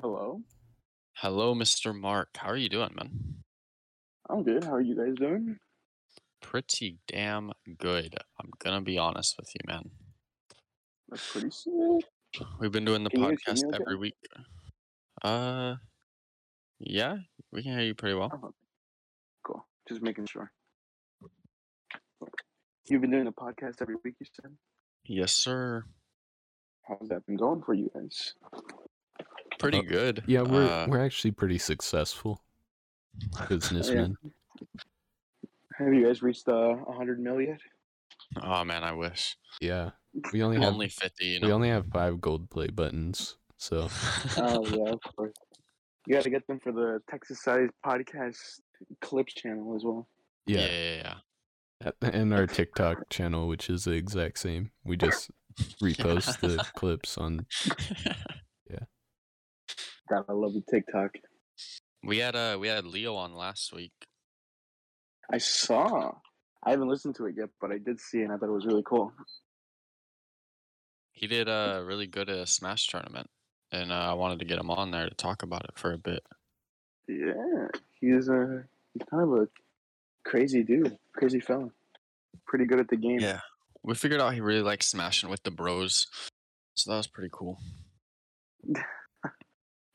Hello. Hello, Mr. Mark. How are you doing, man? I'm good. How are you guys doing? Pretty damn good. I'm gonna be honest with you, man. That's pretty sick. We've been doing the Can you guys hear podcast me okay? every week. Uh, yeah, we can hear you pretty well. Cool. Just making sure. You've been doing a podcast every week, you said? Yes, sir. How's that been going for you guys? Pretty Uh, good. Yeah, we're Uh, we're actually pretty successful businessmen. Have you guys reached uh, 100 mil yet? oh man, I wish yeah. We only have only fifty. You we know. only have five gold play buttons. So Oh, yeah, of course. You got to get them for the Texas Size Podcast Clips channel as well. yeah, yeah. yeah, yeah. a- And our TikTok channel, which is the exact same. We just repost the clips on God, I love the TikTok. we had uh, we had Leo on last week. I saw. I haven't listened to it yet, but I did see it and I thought it was really cool. He did uh really good at a Smash tournament, and uh, I wanted to get him on there to talk about it for a bit. Yeah, he's a he's kind of a crazy dude, crazy fella. Pretty good at the game. Yeah. We figured out he really likes smashing with the bros, so that was pretty cool.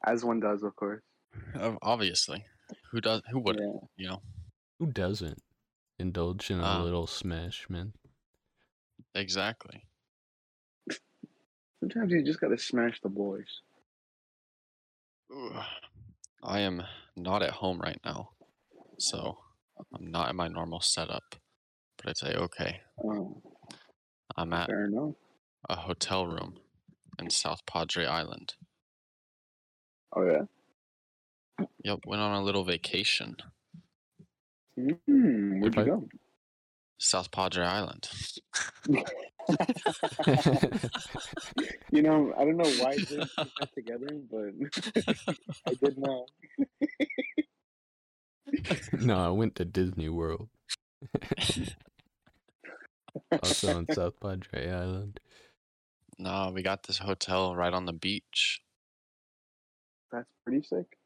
as one does, of course. Ob- Obviously, who does? Who would? Yeah. You know, who doesn't indulge in a Uh. little smash, man. exactly. Sometimes you just gotta smash the boys. Ugh. I am not at home right now, so I'm not in my normal setup. But I'd say okay, Oh, I'm at fair enough. a hotel room in South Padre Island. Oh yeah. Yep, went on a little vacation. Mm, where'd If you South Padre Island. go? you know, I don't know why they put that together, but I did not. no, I went to Disney World. Oh, also on South Padre Island. no, we got this hotel right on the beach. That's pretty sick.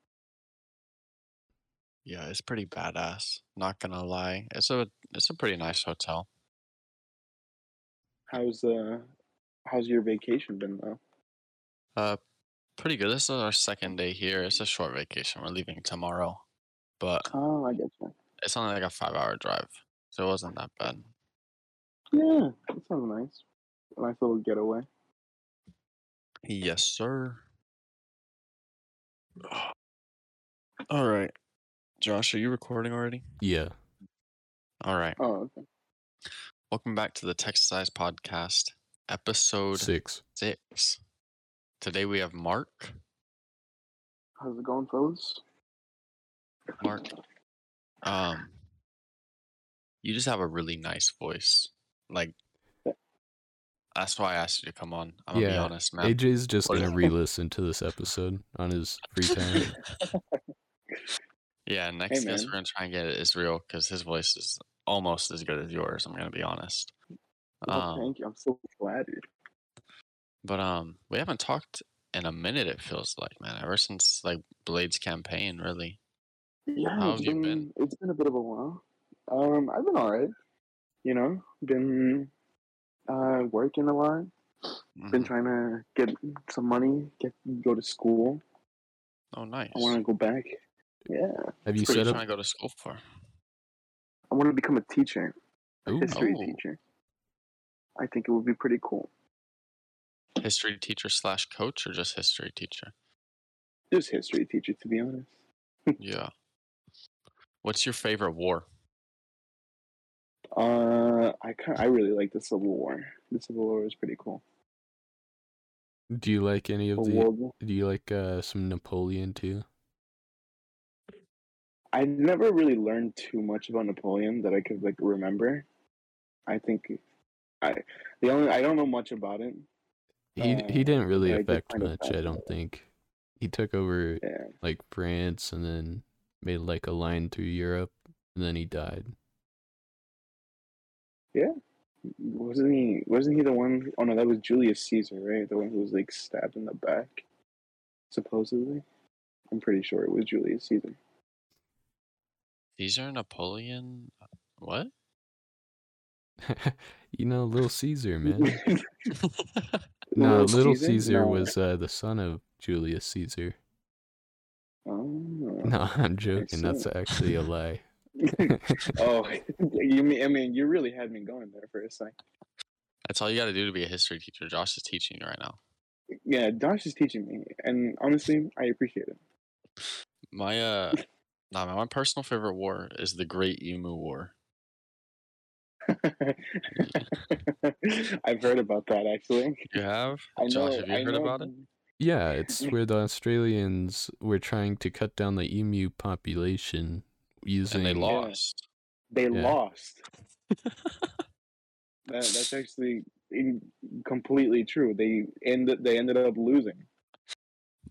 Yeah, it's pretty badass. Not gonna lie, it's a it's a pretty nice hotel. How's uh, how's your vacation been though? Uh, pretty good. This is our second day here. It's a short vacation. We're leaving tomorrow, but Oh, I guess so. it's only like a five-hour drive, so it wasn't that bad. Yeah, that sounds nice. A nice little getaway. Yes, sir. All right, Josh, are you recording already? Yeah. All right. Oh, okay. Welcome back to the Text Size Podcast, episode Six. six. Today we have Mark. How's it going, fellas? Mark, um, you just have a really nice voice. Like, Th- that's why I asked you to come on. I'm gonna be Yeah, honest, man. AJ's just What is gonna re-listen to this episode on his free time. yeah, next guess man. we're gonna try and get Israel because his voice is almost as good as yours. I'm gonna be honest. Well, Um, thank you. I'm so flattered. But um, we haven't talked in a minute. It feels like, man, ever since like Blade's campaign, really. Yeah, how it's have you been? It's been a bit of a while. Um, I've been alright. You know, been uh working a lot. Been Mhm. trying to get some money, get go to school. Oh, nice. I want to go back. Yeah, Have you What are you set trying to up? go to school for? I want to become a teacher, a Ooh, history Oh. teacher. I think it would be pretty cool. History teacher slash coach, or just history teacher? Just history teacher, to be honest. yeah. What's your favorite war? Uh, I kind I really like the Civil War. The Civil War was pretty cool. do you like any of Or the? World War. Do you like uh, some Napoleon too? I never really learned too much about Napoleon that I could like remember. I think I the only I don't know much about it. He Uh, he didn't really yeah, I did affect find it much, I don't think. He took over Yeah. like France and then made like a line through Europe, and then he died. Wasn't he wasn't he the one oh no, that was Julius Caesar, right? The one who was like stabbed in the back. supposedly. I'm pretty sure it was Julius Caesar. These are Napoleon. uh, What? you know, Little Caesar, man. no, Little Caesar, No. was uh, the son of Julius Caesar. Oh. No, I'm joking. That's so. actually a lie. oh, you mean? I mean, you really had me going there for a sec. That's all you got to do to be a history teacher. Josh is teaching you right now. Yeah, Josh is teaching me, and honestly, I appreciate it. My uh, nah, my, my personal favorite war is the Great Emu War. I've heard about that actually. You have? I know, Josh, have you I heard know- about it? Yeah, it's where the Australians were trying to cut down the emu population using And they lost. They Yeah. lost. that, that's actually in, completely true. They ended. They ended up losing.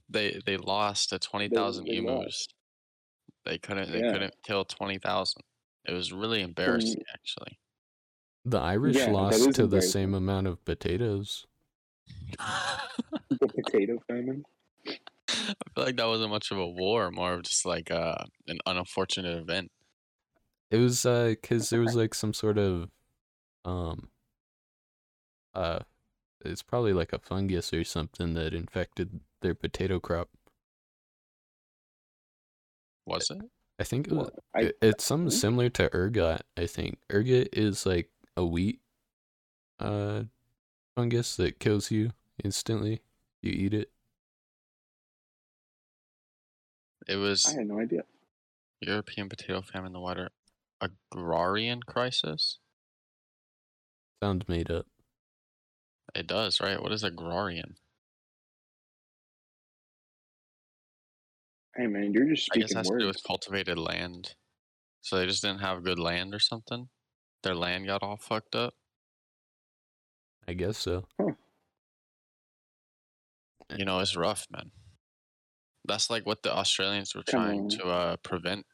They they lost to twenty thousand they emus. lost. They couldn't they Yeah. e couldn't kill twenty thousand. It was really embarrassing, actually. the Irish Yeah, that lost is to the embarrassing. same amount of potatoes. The potato famine. I feel like that wasn't much of a war, more of just like uh, an unfortunate event. It was uh cuz there was like some sort of um uh it's probably like a fungus or something that infected their potato crop. Was it? I think it was, Well, I- Mm-hmm. it- it's something think- similar to ergot, I think. Ergot is like a wheat uh fungus that kills you instantly. You eat it. It was I had no idea. European potato famine, the wider agrarian crisis. Sounds made up. It does, right? What is agrarian? Hey man, you're just I guess it speaking has to do words. with cultivated land. So they just didn't have good land or something. Their land got all fucked up. I guess so. You know, it's rough, man. That's like what the Australians were Come trying on. to uh, prevent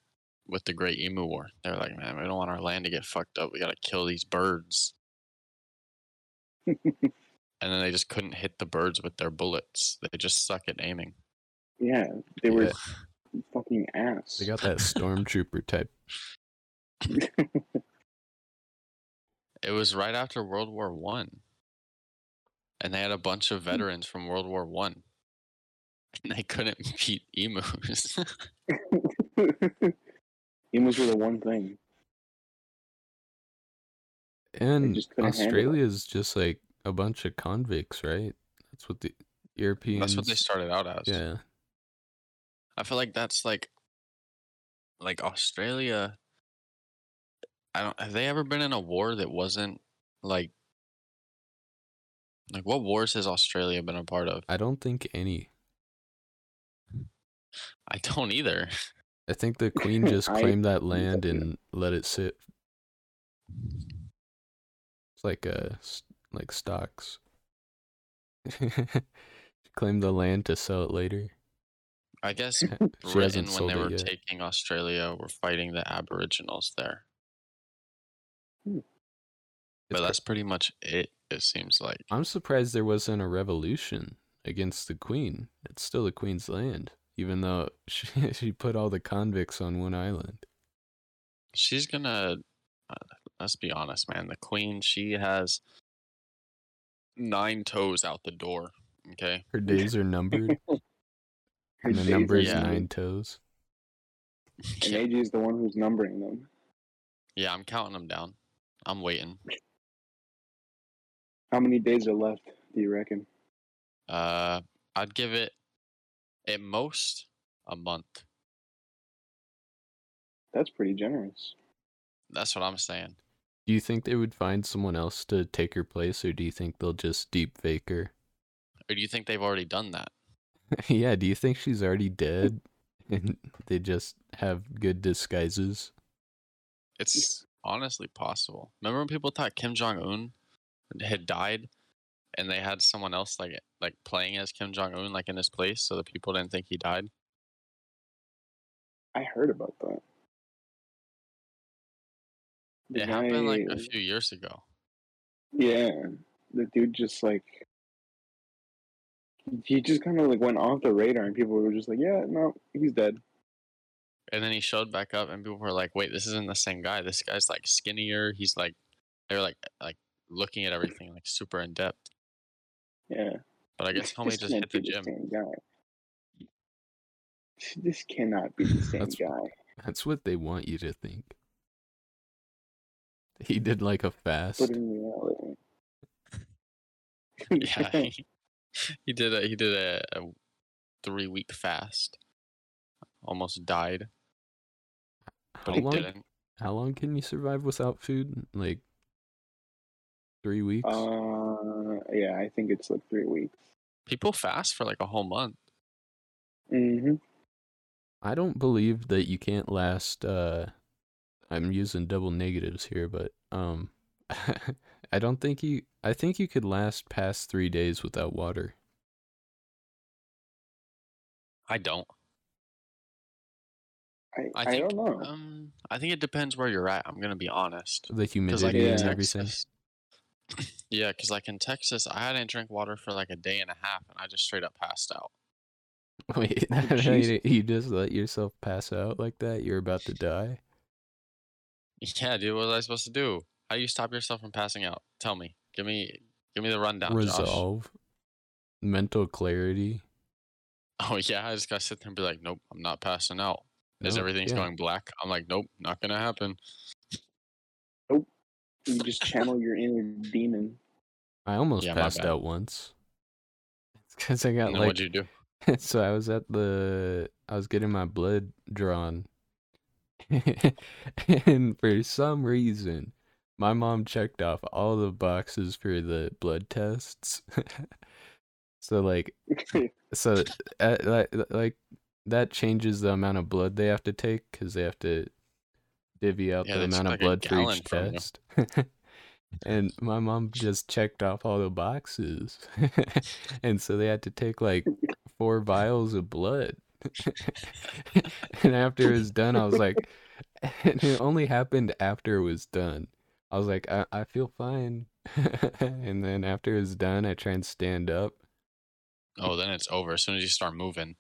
with the Great Emu War. They're like, man, we don't want our land to get fucked up. We got to kill these birds. and then they just couldn't hit the birds with their bullets. They just suck at aiming. yeah, they were Yeah. fucking ass. They got that stormtrooper type. It was right after World War One, and they had a bunch Hmm. of veterans from World War One, and they couldn't beat emus. Emus were the one thing. And just couldn't handle it. Australia is just like a bunch of convicts, right? That's what the Europeans. That's what they started out as. Yeah, I feel like that's like, like Australia. I don't. Have they ever been in a war that wasn't like, like what wars has Australia been a part of? I don't think any. I don't either. I think the Queen just I- claimed that land yeah. and let it sit. It's like uh, s- like stocks. she claimed the land to sell it later. I guess she Britain, hasn't when sold they were it yet. taking Australia, were fighting the Aboriginals there. It's But cra- that's pretty much it. It seems like I'm surprised there wasn't a revolution against the Queen. It's still the Queen's land, even though she, she put all the convicts on one island. she's gonna. Uh, let's be honest, man. The queen, she has nine toes out the door. Okay, Her days are numbered, Her and the days number are is Yeah. nine toes. And AJ is the one who's numbering them. yeah, I'm counting them down. I'm waiting. How many days are left? Do you reckon? Uh, I'd give it at most a month. That's pretty generous. That's what I'm saying. Do you think they would find someone else to take her place, or do you think they'll just deep fake her? Or do you think they've already done that? yeah, do you think she's already dead, and they just have good disguises? It's honestly possible. Remember when people thought Kim Jong Un had died, and they had someone else like like playing as Kim Jong Un like in his place, so the people didn't think he died. I heard about that. The It happened like guy- a few years ago. yeah. The dude just like he just kind of like went off the radar, and people were just like, "Yeah, no, he's dead." and then he showed back up and people were like wait this isn't the same guy this guy's like skinnier he's like they were like like looking at everything like super in depth Yeah, but i guess homie This just can't hit the be gym same guy. This cannot be the same That's- guy. That's what they want you to think. He did like a fast. But in reality, yeah he, he did a he did a, a three week fast almost died How but he long? didn't How long can you survive without food? Like three weeks. uh, yeah, I think it's like three weeks. people fast for like a whole month hmm I don't believe that you can't last uh I'm using double negatives here, but um I don't think you I think you could last past 3 days without water. i don't I, I, I think- don't know. um i think it depends where you're at i'm gonna be honest The Because like humidity in Yeah. and everything. Texas, yeah, because like in Texas, I hadn't drank water for like a day and a half, and I just straight up passed out. Wait, Oh, jeez. you just let yourself pass out like that? You're about to die? Yeah, dude, what was I supposed to do? How do you stop yourself from passing out? Tell me. Give me, give me the rundown. Oh, Josh. Resolve mental clarity. Oh yeah, I just gotta sit there and be like, nope, I'm not passing out. As No, everything's yeah. going black, I'm like, nope, not gonna happen. You just channel your inner demon. I almost Yeah, my passed bad. out once. Cuz I got And then like what'd you do? so I was at the I was getting my blood drawn. and for some reason, my mom checked off all the boxes for the blood tests. so like so uh, like, like that changes the amount of blood they have to take cuz they have to divvy out Yeah, the they amount took like of a blood for gallon each from you. test. and my mom just checked off all the boxes. and so they had to take like four vials of blood. and after it was done, I was like, and it only happened after it was done. I was like, I, I feel fine. and then after it was done, I try and stand up. Oh, then it's over. As soon as you start moving,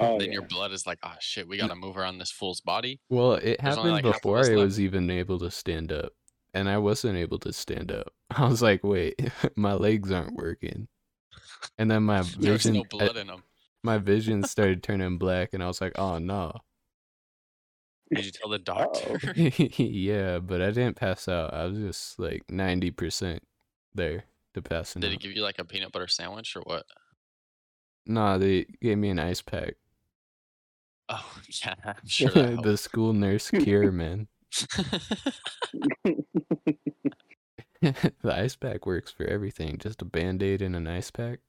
Oh, then yeah. your blood is like, ah, shit, we gotta move around this fool's body. Well, it There's only, happened like, half of before us I left. was even able to stand up. And I wasn't able to stand up. I was like, wait, my legs aren't working. And then my There's vision no uh, blood in him. my vision started turning black and I was like, oh no. Did you tell the doctor? yeah, but I didn't pass out. I was just like 90% there to passing Did he out. give you like a peanut butter sandwich or what? Nah, they gave me an ice pack. Oh yeah, I'm sure that helped. the school nurse cure, man. the ice pack works for everything. Just a band aid and an ice pack.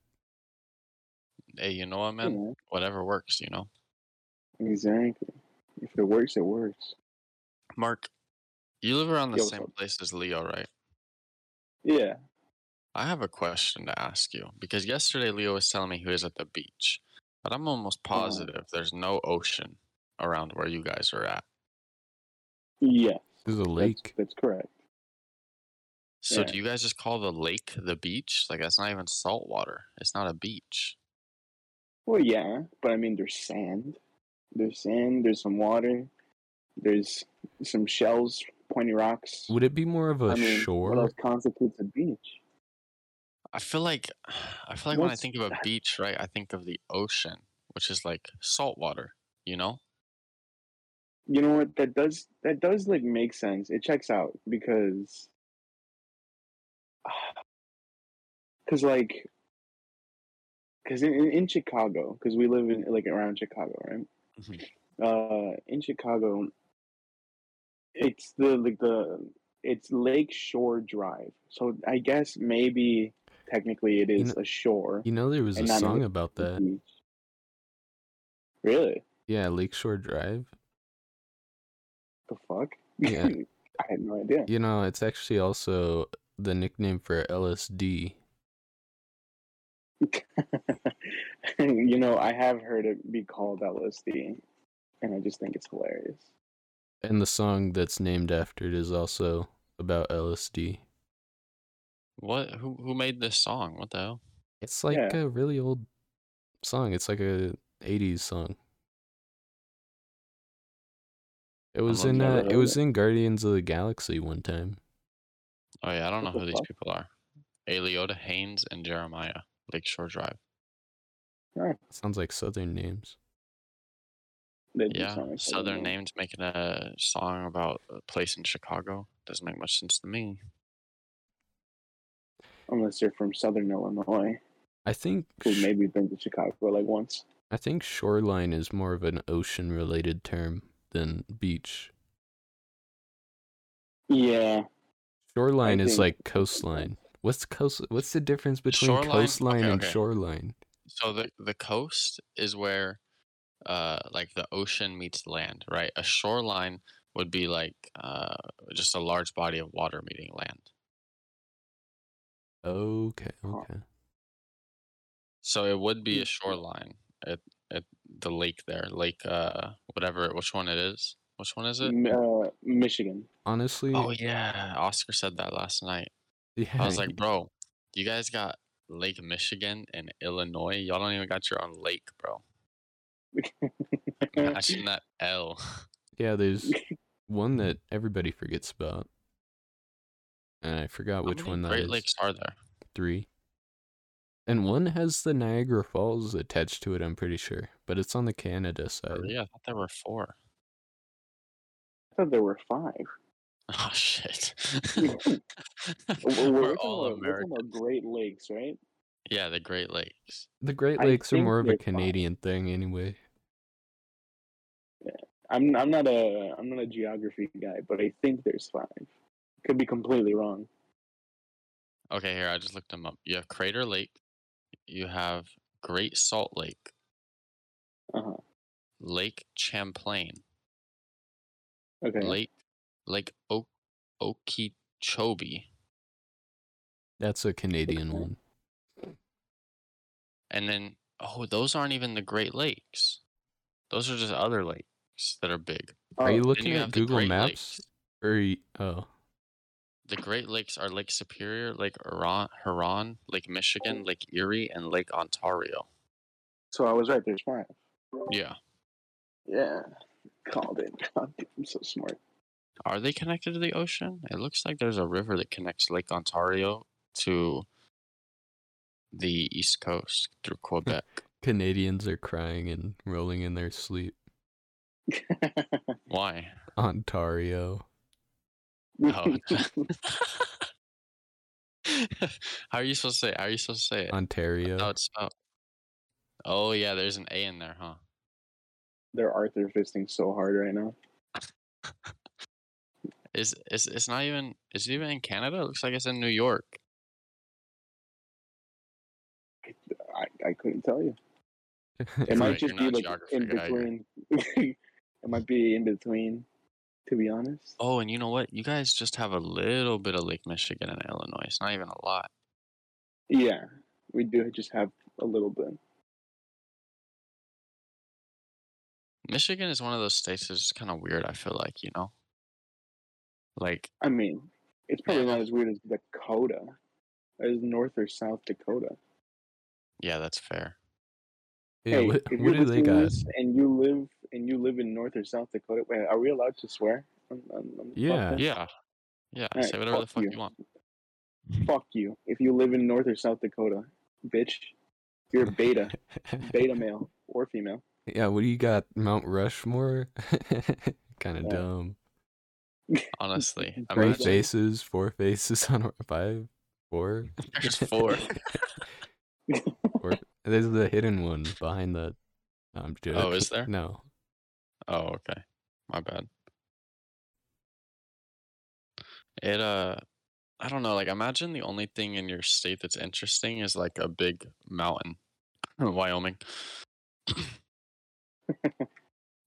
hey, you know what, You man? know, Whatever works, you know. exactly. If it works, it works. Mark, you live around the Yo, what's same up? place as Leo, right? Yeah. I have a question to ask you because yesterday Leo was telling me he was at the beach, but I'm almost Oh. positive there's no ocean around where you guys are at. Yeah. There's a that's- lake. That's, correct. So Yeah. do you guys just call the lake the beach? Like that's not even salt water. It's not a beach. Well, yeah, but I mean, there's sand. There's sand. There's some water. There's some shells, pointy rocks. Would it be more of a I mean, what shore? else constitutes a beach? I feel like I feel like when I What's- think of a beach, right, I think of the ocean, which is like salt water, you know? You know what? That does that does like make sense. It checks out because, because like, because in, in in Chicago, because we live in like around Chicago, right? Mhm. Uh, in Chicago, it's the like the it's Lake Shore Drive. So I guess maybe technically it You is kn- a shore. You know, there was a And not Mm-hmm. a- song about a that. beach. Really? Yeah, Lakeshore Drive. The fuck? Yeah. I had no idea. You know, it's actually also the nickname for LSD. you know, I have heard it be called LSD, and I just think it's hilarious. And the song that's named after it is also about LSD. What who who made this song? What the hell? It's like Yeah. a really old song. It's like a '80s song. It was I've in never uh, heard it of was it. in Guardians of the Galaxy one time. Oh yeah, I don't know What who the these fuck? people are. Eliota Haynes and Jeremiah Lakeshore Drive. Sounds like Southern names. They do Yeah, sound like Southern names making a song about a place in Chicago doesn't make much sense to me. unless they're from Southern Illinois, I think who sh- maybe been to Chicago like once. I think shoreline is more of an ocean related term than beach. Yeah, Shoreline is think- like coastline. What's coast? What's the difference between Shoreline? coastline Okay, and okay. shoreline? So the the coast is where, uh, like the ocean meets land, right? A shoreline would be like uh just a large body of water meeting land. Okay, Huh. okay. So it would be a Mm. shoreline at at the lake there, lake uh whatever it- which one it is. Which one is it? Mm. M- uh, Michigan. Honestly, Oh yeah, Oscar said that last night. yeah, I was like, bro, you guys got Lake Michigan and Illinois. Y'all don't even got your own lake, bro. Mm. Imagine that L. yeah. There's one that everybody forgets about, and I forgot How which many one that Great is. Lakes are there? Three, and one has the Niagara Falls attached to it. I'm pretty sure, but it's on the Canada side. Really? I thought there were four. I thought there were five. Oh shit. We're, we're talking about- we're all we're talking about Americans. Great Lakes, right? Yeah, the Great Lakes. The Great I Lakes are think more of a they're fine. Canadian thing, anyway. I'm I'm not a I'm not a geography guy, but I think there's five. Could be completely wrong. Okay, here I just looked them up. You have Crater Lake. You have Great Salt Lake. Uh-huh. Lake Champlain. Okay. Lake Lake o- Okeechobee. That's a Canadian one. And then, oh, those aren't even the Great Lakes. Those are just other lakes that are big. Are you Oh, looking you at have the Google Great Maps? Or you, oh, The Great Lakes are Lake Superior, Lake Huron, Huron Lake Oh. Michigan, Lake Erie, and Lake Ontario. so I was right. There's five. Yeah. Yeah. Called it. God, dude, I'm so smart. Are they connected to the ocean? It looks like there's a river that connects Lake Ontario to the East Coast through Quebec. Canadians are crying and rolling in their sleep. Why? Ontario. Oh. How are you supposed to say? How are you supposed to say it? How Ontario. it's spelled? Oh yeah, there's an A in there, huh? They're Arthur fisting so hard right now. Is is it's not even is it even in Canada? It looks like it's in New York. I, I couldn't tell you. It might Right, you're just be not a like geography in guy, you're- between. it might be in between. To be honest. Oh, and you know what? You guys just have a little bit of Lake Michigan and Illinois. It's not even a lot. Yeah, we do just have a little bit. Michigan is one of those states that's just kind of weird. I feel like you know, like I mean, it's probably not as weird as Dakota, as North or South Dakota. yeah, that's fair. Yeah, hey, what, if you're what do they listening to got? this and you live and you live in North or South Dakota, wait, are we allowed to swear? On, on, on the Yeah. podcast? Yeah, yeah. Alright, say whatever the fuck fuck you. you. want. Fuck you. If you live in North or South Dakota, bitch, you're a beta, beta male or female. yeah, what do you got? Mount Rushmore? kind of Yeah. dumb. Honestly, Three Imagine. faces, four faces on a- five, four. there's four. Or there's the hidden one behind the. no, I'm joking. Oh, is there? No. Oh, okay. My bad. It uh I don't know, like imagine the only thing in your state that's interesting is like a big mountain. Wyoming.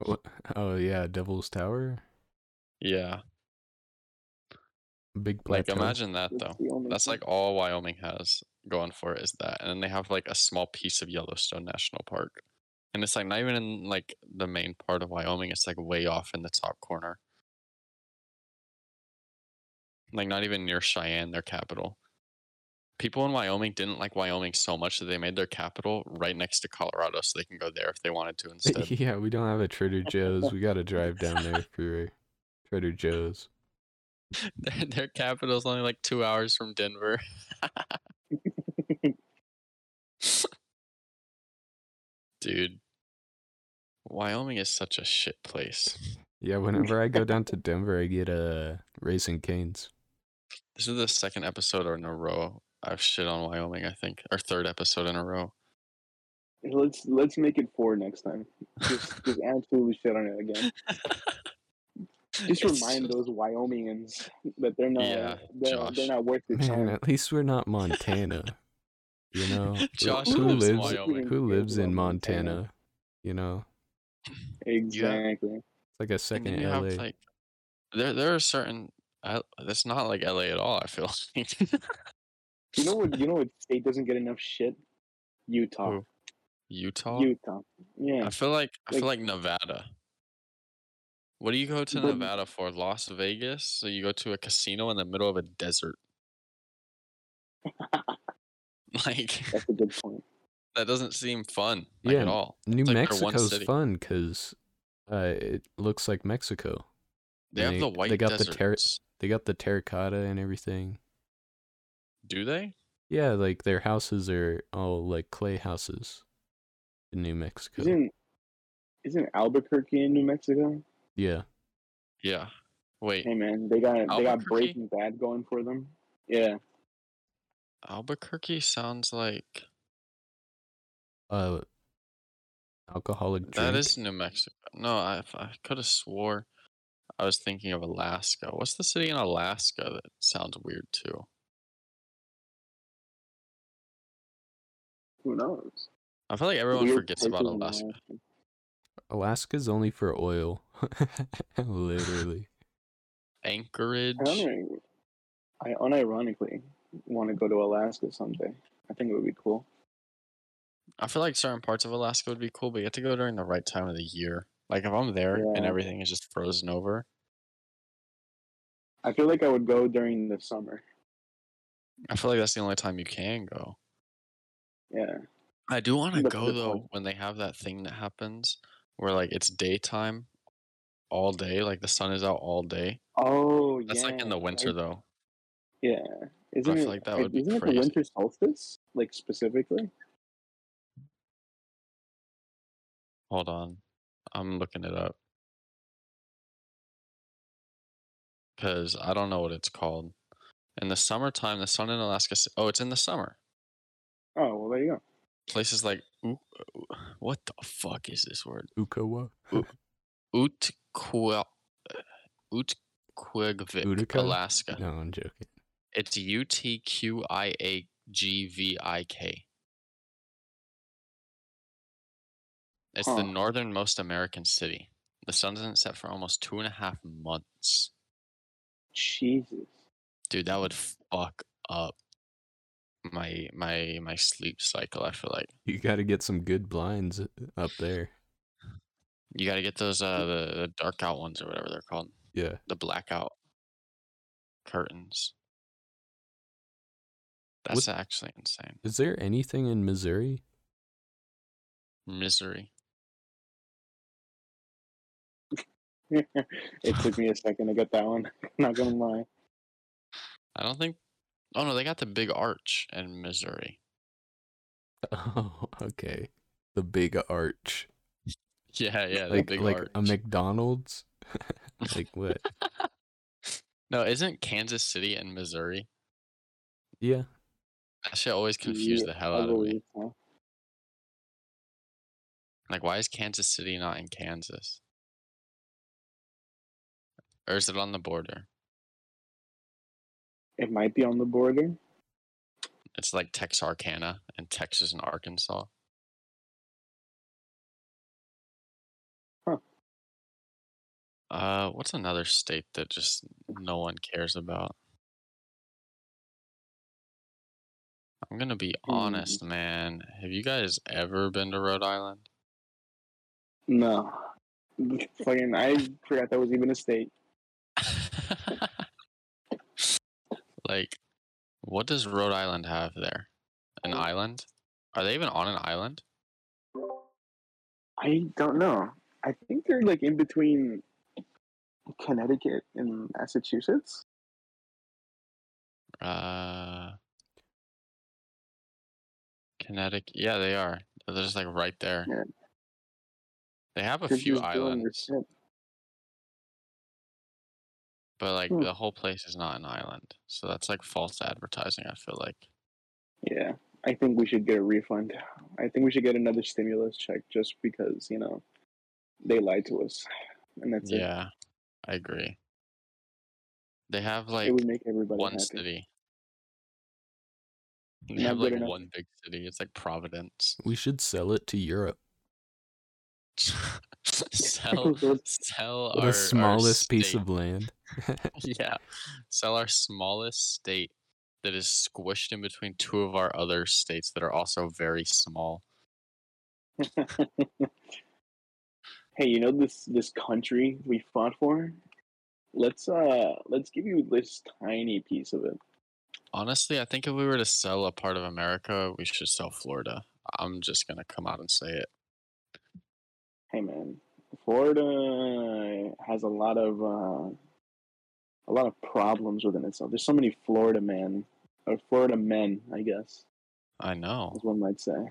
What? Oh yeah, Devil's Tower, Yeah. Big Like Plateau. imagine that That's though. the only That's thing. like all Wyoming has going for it is that. And then they have like a small piece of Yellowstone National Park. And it's like not even in like the main part of Wyoming, it's like way off in the top corner. Like not even near Cheyenne, their capital. people in Wyoming didn't like Wyoming so much that they made their capital right next to Colorado, so they can go there if they wanted to instead. yeah, we don't have a Trader Joe's. We got to drive down there for Trader Joe's. their, their capital is only like two hours from Denver. Dude, Wyoming is such a shit place. Yeah, whenever I go down to Denver, I get uh, Raisin Canes. This is the second episode in a row I've shit on Wyoming, I think, or third episode in a row. Let's let's make it four next time. Just just absolutely shit on it again. Just It's remind just- those Wyomingans that they're not Yeah, they're, Josh. they're not worth the Man, time. at least we're not Montana. you know, Who- Josh who lives in lives Wyoming. who lives in Montana? You know, Exactly. it's like And a then second you LA. have like there there are certain I, that's not like LA at all, I feel like. You know what? You know what state doesn't get enough shit? Utah. Who? Utah? Utah. Yeah. I feel like I feel Like- like Nevada. What do you go to But- Nevada for? Las Vegas? So you go to a casino in the middle of a desert. like That's a good point. that doesn't seem fun like, Yeah, at all. New It's like their one Mexico's city. fun because uh, it looks like Mexico. They have they- the white they got the deserts. terra- They got the terracotta and everything. do they? Yeah, like their houses are all like clay houses in New Mexico. Isn't isn't Albuquerque in New Mexico? yeah. Yeah. Wait, Hey man, they got they got Albuquerque? Breaking Bad going for them. Yeah. Albuquerque sounds like Uh alcoholic drink. that is New Mexico. No, I I could have swore I was thinking of Alaska. What's the city in Alaska that sounds weird too? Who knows? I feel like everyone Weird forgets about places in Alaska. Alaska's only for oil. Literally. Anchorage. I unir- I unironically want to go to Alaska someday. I think it would be cool. I feel like certain parts of Alaska would be cool, but you have to go during the right time of the year. Like if I'm there and Yeah. everything is just frozen over, I feel like I would go during the summer. I feel like that's the only time you can go. Yeah. I do want to That's a go good though point. when they have that thing that happens where like it's daytime all day, like the sun is out all day. Oh yeah. That's like in the winter right? though. Yeah. Isn't feel it, like that I- would be isn't it crazy. the winter solstice? Like specifically? Hold on, I'm looking it up because I don't know what it's called. In the summertime, the sun in Alaska. s- Oh, it's in the summer. Oh well there you go. places like U- uh, what the fuck is this word? Ukawa. Utquil- Utquigvik, Utica? Alaska. No, I'm joking. It's U T Q I A G V I K. It's Huh. the northernmost American city. The sun doesn't set for almost two and a half months. Jesus. Dude, that would fuck up my my my sleep cycle. I feel like You gotta get some good blinds up there. you got to get those uh the, the dark out ones or whatever they're called. Yeah. the blackout curtains. What- That's actually insane. Is there anything in Missouri? Misery. It took me a second to get that one. Not gonna lie. I don't think. Oh no, they got the big arch in Missouri. Oh, okay. The big arch. Yeah, yeah, like the big like arch. a McDonald's? like what? no, isn't Kansas City in Missouri? Yeah. That shit always confused the hell out of me. Probably, huh? Like, why is Kansas City not in Kansas? Or is it on the border? It might be on the border. It's like Texarkana and Texas and Arkansas. Huh. Uh, what's another state that just no one cares about? I'm gonna be Hmm. honest, man. Have you guys ever been to Rhode Island? No. Fucking I forgot that was even a state. like What does Rhode Island have there? Hmm. An island? Are they even on an island? I don't know. I think they're like in between Connecticut and Massachusetts. Uh, Connecticut. Yeah, they are. They're just like right there. Yeah. They have a They're few just doing their islands, shit. but like Hmm. the whole place is not an island. So that's like false advertising, I feel like. Yeah, I think we should get a refund. I think we should get another stimulus check just because you know they lied to us, and that's it. yeah, I agree. They have like it would make everybody one happy. city. They Not have good like enough. one big city. It's like Providence. We should sell it to Europe. sell sell The our our smallest piece state. of land. yeah sell our smallest state that is squished in between two of our other states that are also very small hey, you know this this country we fought for? Let's uh let's give you this tiny piece of it. honestly i think if we were to sell a part of america we should sell florida i'm just gonna come out and say it Hey man, Florida has a lot of uh a lot of problems within itself. There's so many Florida men or Florida men, I guess, i know as one might say.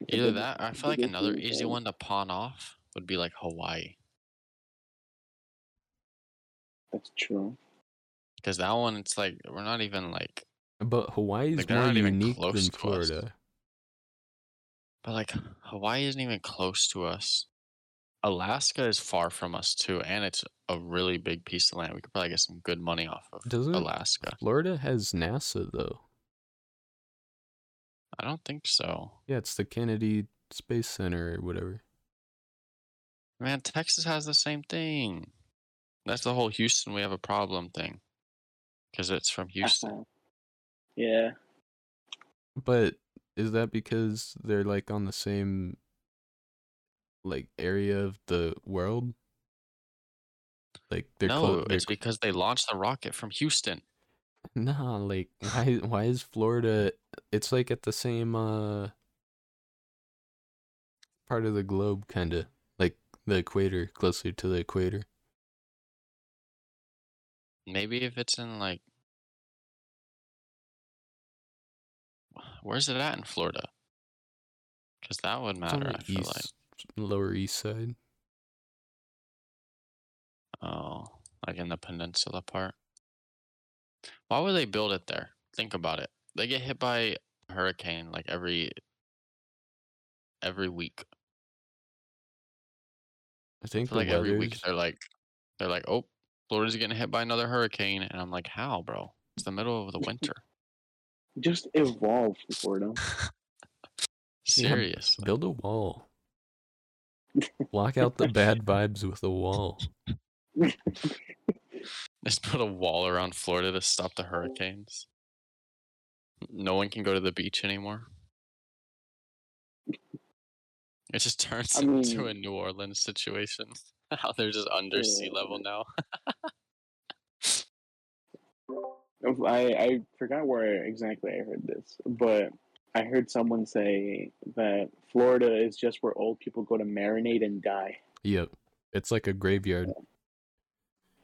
It's a either big- that or i it's a feel like big another thing, easy right? one to pawn off would be like hawaii That's true. because that one it's like we're not even like But Hawaii is Like, they're more not even unique close than to us. Florida. but like hawaii isn't even close to us alaska is far from us too and it's a really big piece of land we could probably get some good money off of Doesn't- alaska Florida has NASA though. I don't think so. Yeah, it's the Kennedy Space Center or whatever. Man, Texas has the same thing. That's the whole Houston, we have a problem thing. Because it's from Houston. yeah. But is that because they're like on the same like area of the world? Like they're no, clo- they're it's because they launched the rocket from Houston. Nah, like why why is Florida it's like at the same uh part of the globe kinda. Like the equator, closer to the equator. Maybe if it's in like. Where's it at in Florida? Because that would It's on matter, the I feel like. east lower east side. Oh, like in the peninsula part. Why would they build it there? Think about it. They get hit by a hurricane like every every week. I I think feel like the every week weather's- they're like they're like, "Oh, Florida's getting hit by another hurricane." And I'm like, "How, bro? It's the middle of the winter." Just evolve, Florida. Yeah, Serious. Build a wall. Block out the bad vibes with a wall. Just put a wall around Florida to stop the hurricanes. No one can go to the beach anymore. It just turns I into a mean- New Orleans situation. How they're just under sea level now. I, I forgot where exactly I heard this, but I heard someone say that Florida is just where old people go to marinate and die. Yep. It's like a graveyard.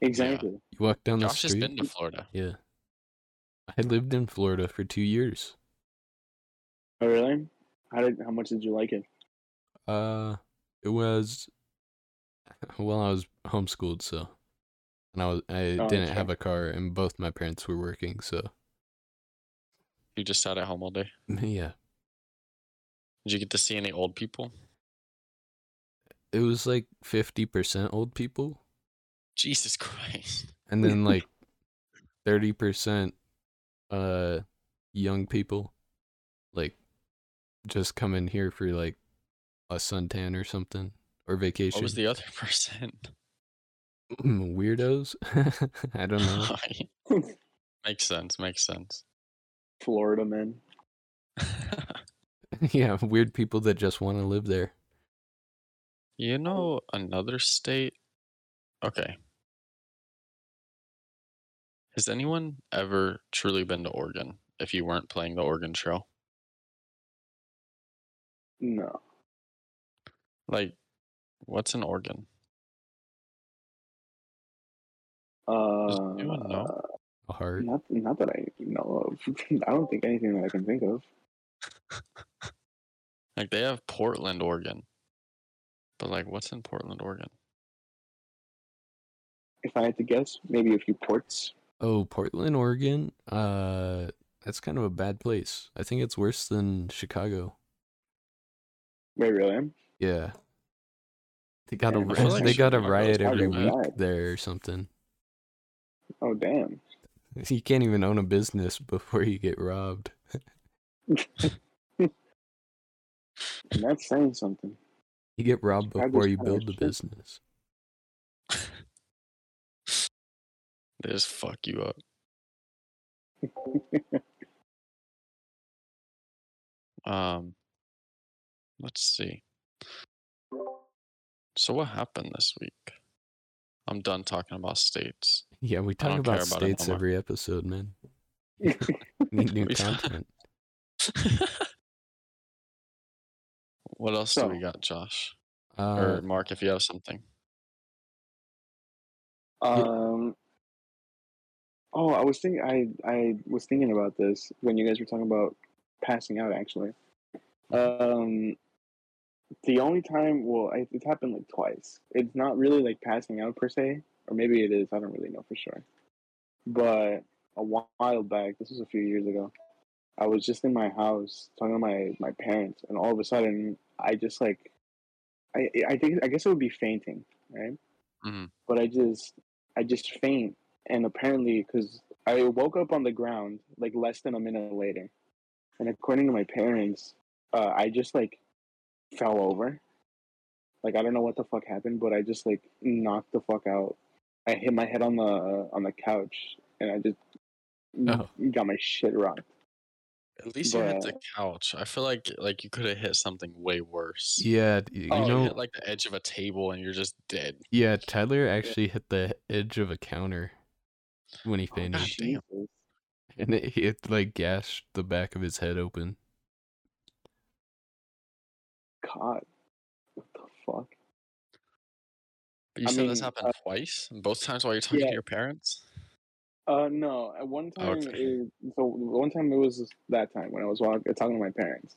Exactly. You walk down the Josh has street. been to Florida. Yeah. I lived in Florida for two years. Oh, really? How did? How much did you like it? Uh, it was well, I was homeschooled, so and I was I Oh, didn't okay. have a car, and both my parents were working, so You just sat at home all day. yeah, Did you get to see any old people? it was like fifty percent old people, Jesus Christ. and then like thirty percent, uh, young people, like just coming here for like a suntan or something or vacation. What was the other percent? weirdos? I don't know. makes sense. Makes sense. Florida man. yeah, weird people that just want to live there. You know another state? Okay. Has anyone ever truly been to Oregon if you weren't playing the Oregon Trail? No. Like, what's in Oregon? Uh, anyone know? A heart. not not that I know of. I don't think anything that I can think of. Like, they have Portland, Oregon. But, like, what's in Portland, Oregon? If I had to guess, maybe a few ports. Oh, Portland, Oregon. Uh, that's kind of a bad place. I think it's worse than Chicago. Wait, really? Yeah. They got Yeah, a I feel like they got a Chicago's riot probably every bad. week there or something. Oh, damn. You can't even own a business before you get robbed. And that's saying something. You get robbed Chicago's before you kinda build the shit. business. They just fuck you up. Um, let's see. So what happened this week? I'm done talking about states. Yeah, we don't talk about care about it no states more. every episode, man. Need new We don't. content. what else do we So- got, Josh Uh, or Mark? If you have something, Um. Oh, I was thinking. I I was thinking about this when you guys were talking about passing out. Actually, um, the only time. Well, I, it's happened like twice. It's not really like passing out per se, or maybe it is. I don't really know for sure. But a while back, this was a few years ago. I was just in my house talking to my my parents, and all of a sudden, I just like, I I think I guess it would be fainting, right? Mhm. But I just I just faint, and apparently because I woke up on the ground like less than a minute later, and according to my parents, uh, I just like fell over. Like I don't know what the fuck happened, but I just like knocked the fuck out. I hit my head on the on the couch, and I just Oh. got my shit rocked. at least you hit Bruh. the couch. I feel like like you could have hit something way worse. yeah, d- you Oh, you know, hit like the edge of a table and you're just dead. yeah, Tyler actually hit the edge of a counter when he fainted, Oh, God damn. Jesus. and it, it like gashed the back of his head open. God, what the fuck? But you I said this mean, uh, happened twice, and both times while you're talking yeah. to your parents. Uh, no. At one time, Okay. it, so one time it was that time when I was walk, talking to my parents,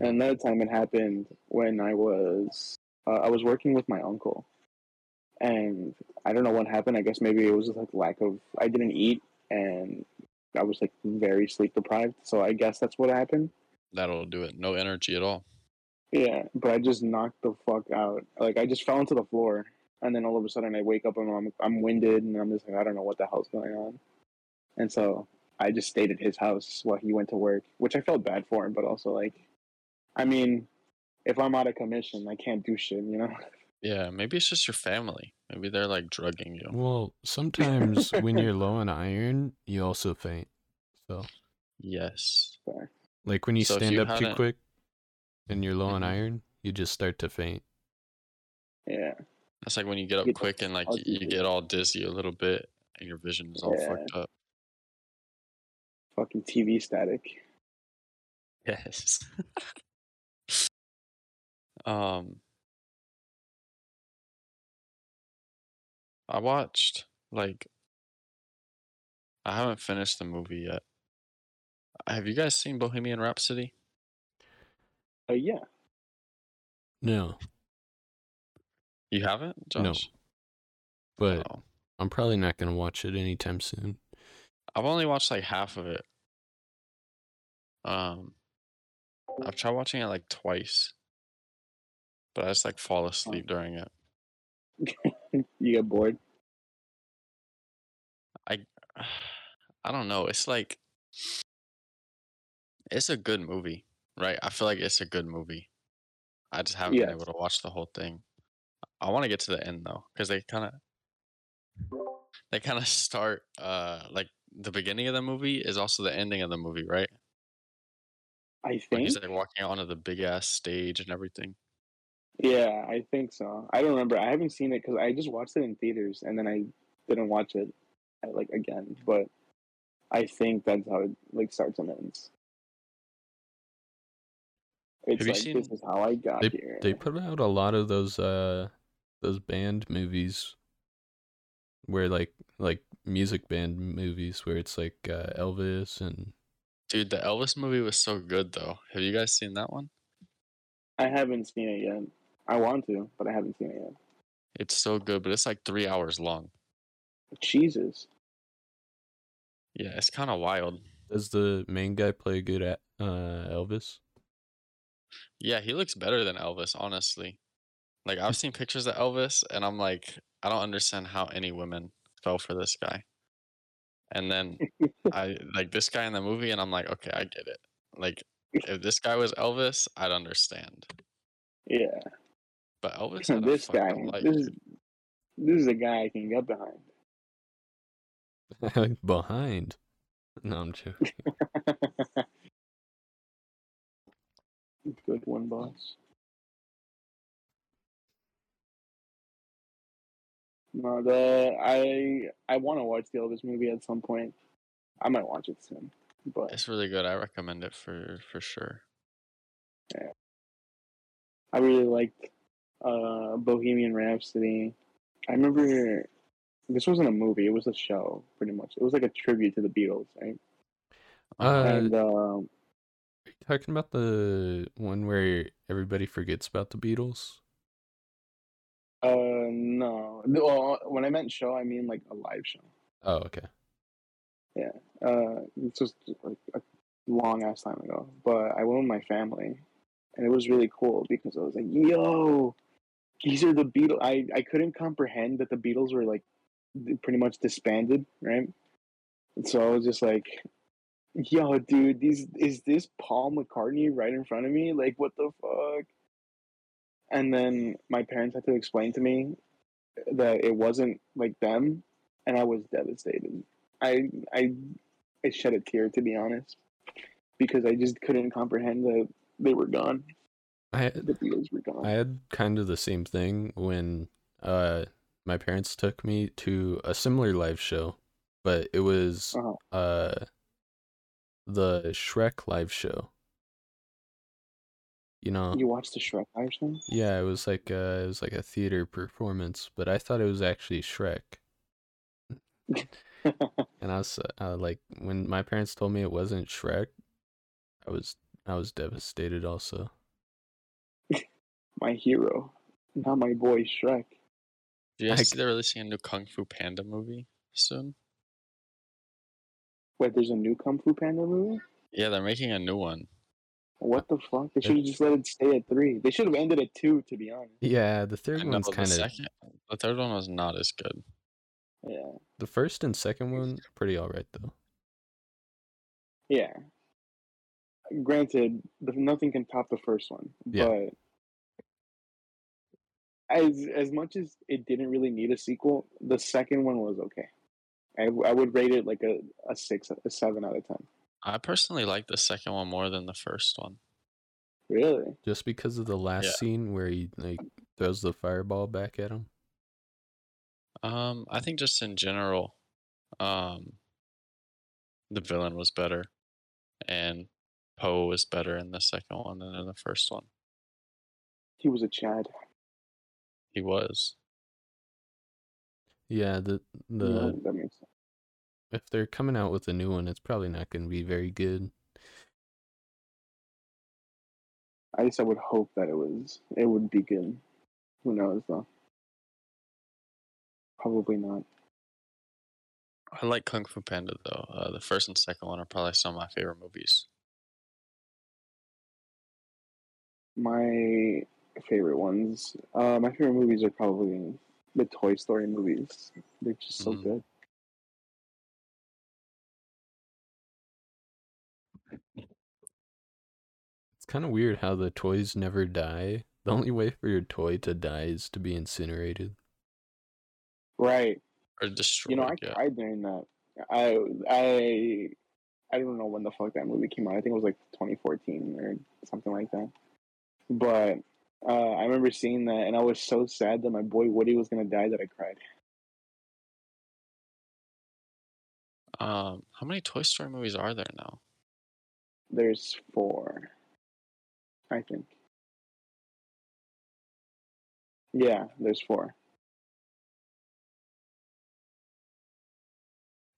and another time it happened when I was uh, I was working with my uncle, and I don't know what happened. I guess maybe it was just like lack of I didn't eat and I was like very sleep deprived, so I guess that's what happened. That'll do it. No energy at all. Yeah, but I just knocked the fuck out. Like I just fell into the floor, and then all of a sudden I wake up and I'm I'm winded and I'm just like I don't know what the hell's going on, and so I just stayed at his house while he went to work, which I felt bad for him, but also like, I mean, if I'm out of commission, I can't do shit, you know. Yeah, maybe it's just your family. Maybe they're like drugging you. Well, sometimes when you're low on iron, you also faint. So, Yes. like when you So if stand you up too hadn't- quick and you're low on Mhm. iron, you just start to faint. Yeah, That's like when you get up Get the quick and like fuck y- you dizzy. get all dizzy a little bit and your vision is all Yeah. fucked up. fucking TV static. Yes. um I watched like I haven't finished the movie yet. Have you guys seen Bohemian Rhapsody? Uh, yeah, No, You haven't, No, Josh? but Oh. I'm probably not going to watch it anytime soon. I've only watched like half of it. Um, I've tried watching it like twice, but I just like fall asleep during it. you get bored. I don't know. It's like it's a good movie, right? I feel like it's a good movie. I just haven't been Yes. able to watch the whole thing. I want to get to the end though, because they kind of they kind of start uh like the beginning of the movie is also the ending of the movie, right? I When think. he's like walking out onto the big ass stage and everything. Yeah, I think so. I don't remember. I haven't seen it because I just watched it in theaters and then I didn't watch it. like again, but I think that's how it like starts and ends. It's Have you like seen- this is how I got They here. they put out a lot of those uh those band movies where like like music band movies where it's like uh, Elvis and Dude, the Elvis movie was so good though. Have you guys seen that one? I haven't seen it yet. I want to, but I haven't seen it yet. It's so good, but it's like three hours long. Jesus. Yeah, it's kind of wild. does the main guy play good at uh Elvis? Yeah, he looks better than Elvis, honestly. Like I've seen pictures of Elvis, and I'm like, I don't understand how any women fell for this guy. And then I like this guy in the movie, and I'm like, okay, I get it. Like if this guy was Elvis, I'd understand. Yeah. But Elvis, had a this guy. fucking life. This is this is a guy I can get behind. Behind. No, I'm joking. Good one, boss. No, the I I want to watch the Elvis movie at some point. I might watch it soon, but it's really good. I recommend it for for sure. I really liked uh, Bohemian Rhapsody. I remember this wasn't a movie; it was a show, pretty much. It was like a tribute to the Beatles, right? Uh, and um, Are you talking about the one where everybody forgets about the Beatles? uh, no, well, when I meant show, I mean like a live show. Oh, okay. uh, it's just like a long ass time ago, but I went with my family, and it was really cool because I was like, "Yo, these are the Beatles." I I couldn't comprehend that the Beatles were like th- pretty much disbanded, right? And so I was just like, "Yo, dude, these is this Paul McCartney right in front of me? Like, what the fuck?" And then my parents had to explain to me that it wasn't like them, and I was devastated. I I I shed a tear to be honest, because I just couldn't comprehend that they were gone. I had- The Beatles were gone. I had kind of the same thing when uh my parents took me to a similar live show, but it was Uh-huh. uh the Shrek live show. You know, you watched the Shrek live show? yeah, it was like uh it was like a theater performance, but I thought it was actually Shrek. and I was uh, like when my parents told me it wasn't Shrek, I was I was devastated also. My hero, not my boy Shrek. Do you guys I see they're releasing a new Kung Fu Panda movie soon? Wait, there's a new Kung Fu Panda movie? Yeah, they're making a new one. What the fuck? They should have just let it stay at three. They should have ended at two, to be honest. Yeah, the third I know, one's the kind of second, the third one was not as good. Yeah, The first and second one are pretty all right though. yeah. Granted, the- nothing can top the first one, Yeah. but as as much as it didn't really need a sequel, the second one was okay. I I would rate it like a a six, a seven out of ten. I personally like the second one more than the first one. Really? Just because of the last Yeah. scene where he like throws the fireball back at him. Um, I think just in general, um, the villain was better, and Poe was better in the second one than in the first one. He was a Chad. He was. Yeah, the the No, that makes sense. if they're coming out with a new one, it's probably not going to be very good. I guess I would hope that it was it would be good. Who knows though? Probably not. I like Kung Fu Panda though. Uh, the first and second one are probably some of my favorite movies. My favorite ones. Uh, my favorite movies are probably the Toy Story movies. They're just so Mhm. good. It's kind of weird how the toys never die. The only way for your toy to die is to be incinerated. Right. Or destroyed. You know, I yeah. cried during that. I I I don't know when the fuck that movie came out. I think it was like 2014 or something like that. But uh, I remember seeing that, and I was so sad that my boy Woody was gonna die that I cried. Um, how many Toy Story movies are there now? There's four, I think. Yeah, there's four.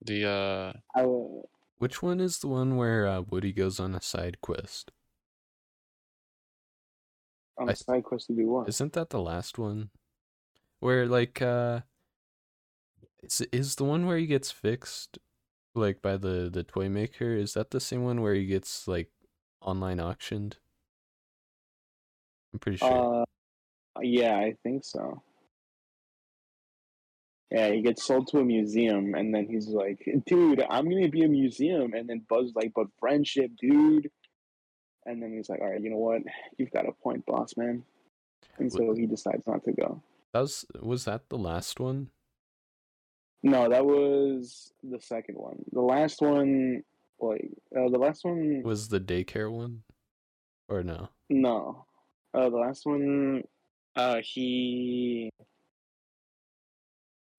The uh, I will, Which one is the one where uh, Woody goes on a side quest? on I- the side quest to do what? Isn't that the last one? Where like uh is is the one where he gets fixed like by the the toy maker? Is that the same one where he gets like online auctioned? I'm pretty sure. Uh, yeah, I think so. Yeah, he gets sold to a museum, and then he's like, "Dude, I'm gonna be a museum." And then Buzz is like, "But friendship, dude." And then he's like, "All right, you know what? You've got a point, boss man." And so he decides not to go. that was was that the last one? No, that was the second one. The last one, like uh, the last one, Was the daycare one? Or no? No. Uh, the last one, uh, he.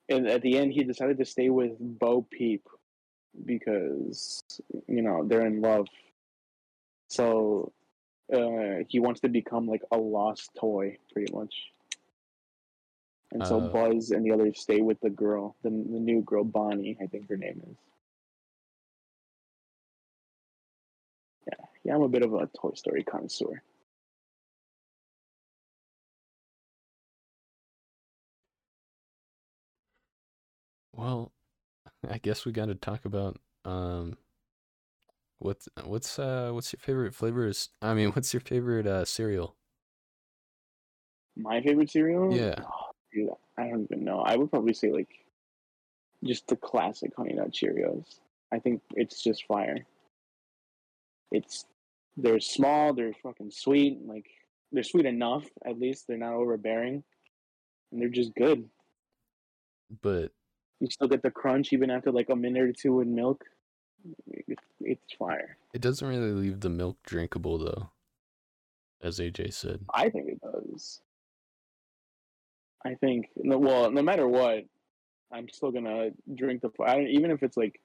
And at the end, he decided to stay with Bo Peep because, you know, they're in love. So uh, he wants to become like a lost toy, pretty much. And so Uh. Buzz and the others stay with the girl, the, the new girl, Bonnie, I think her name is. Yeah, yeah, I'm a bit of a Toy Story connoisseur. Well, I guess we got to talk about um what's what's uh what's your favorite flavors? I mean, what's your favorite uh cereal? My favorite cereal? Yeah. Oh, dude, I don't even know. I would probably say like just the classic Honey Nut Cheerios. I think it's just fire. It's they're small, they're fucking sweet, like they're sweet enough at least. They're not overbearing. And they're just good. But You still get the crunch even after like a minute or two in milk. It- It's fire. it doesn't really leave the milk drinkable though. As AJ said. I think it does. I think no, well, no matter what, I'm still gonna drink the I don't, even if it's like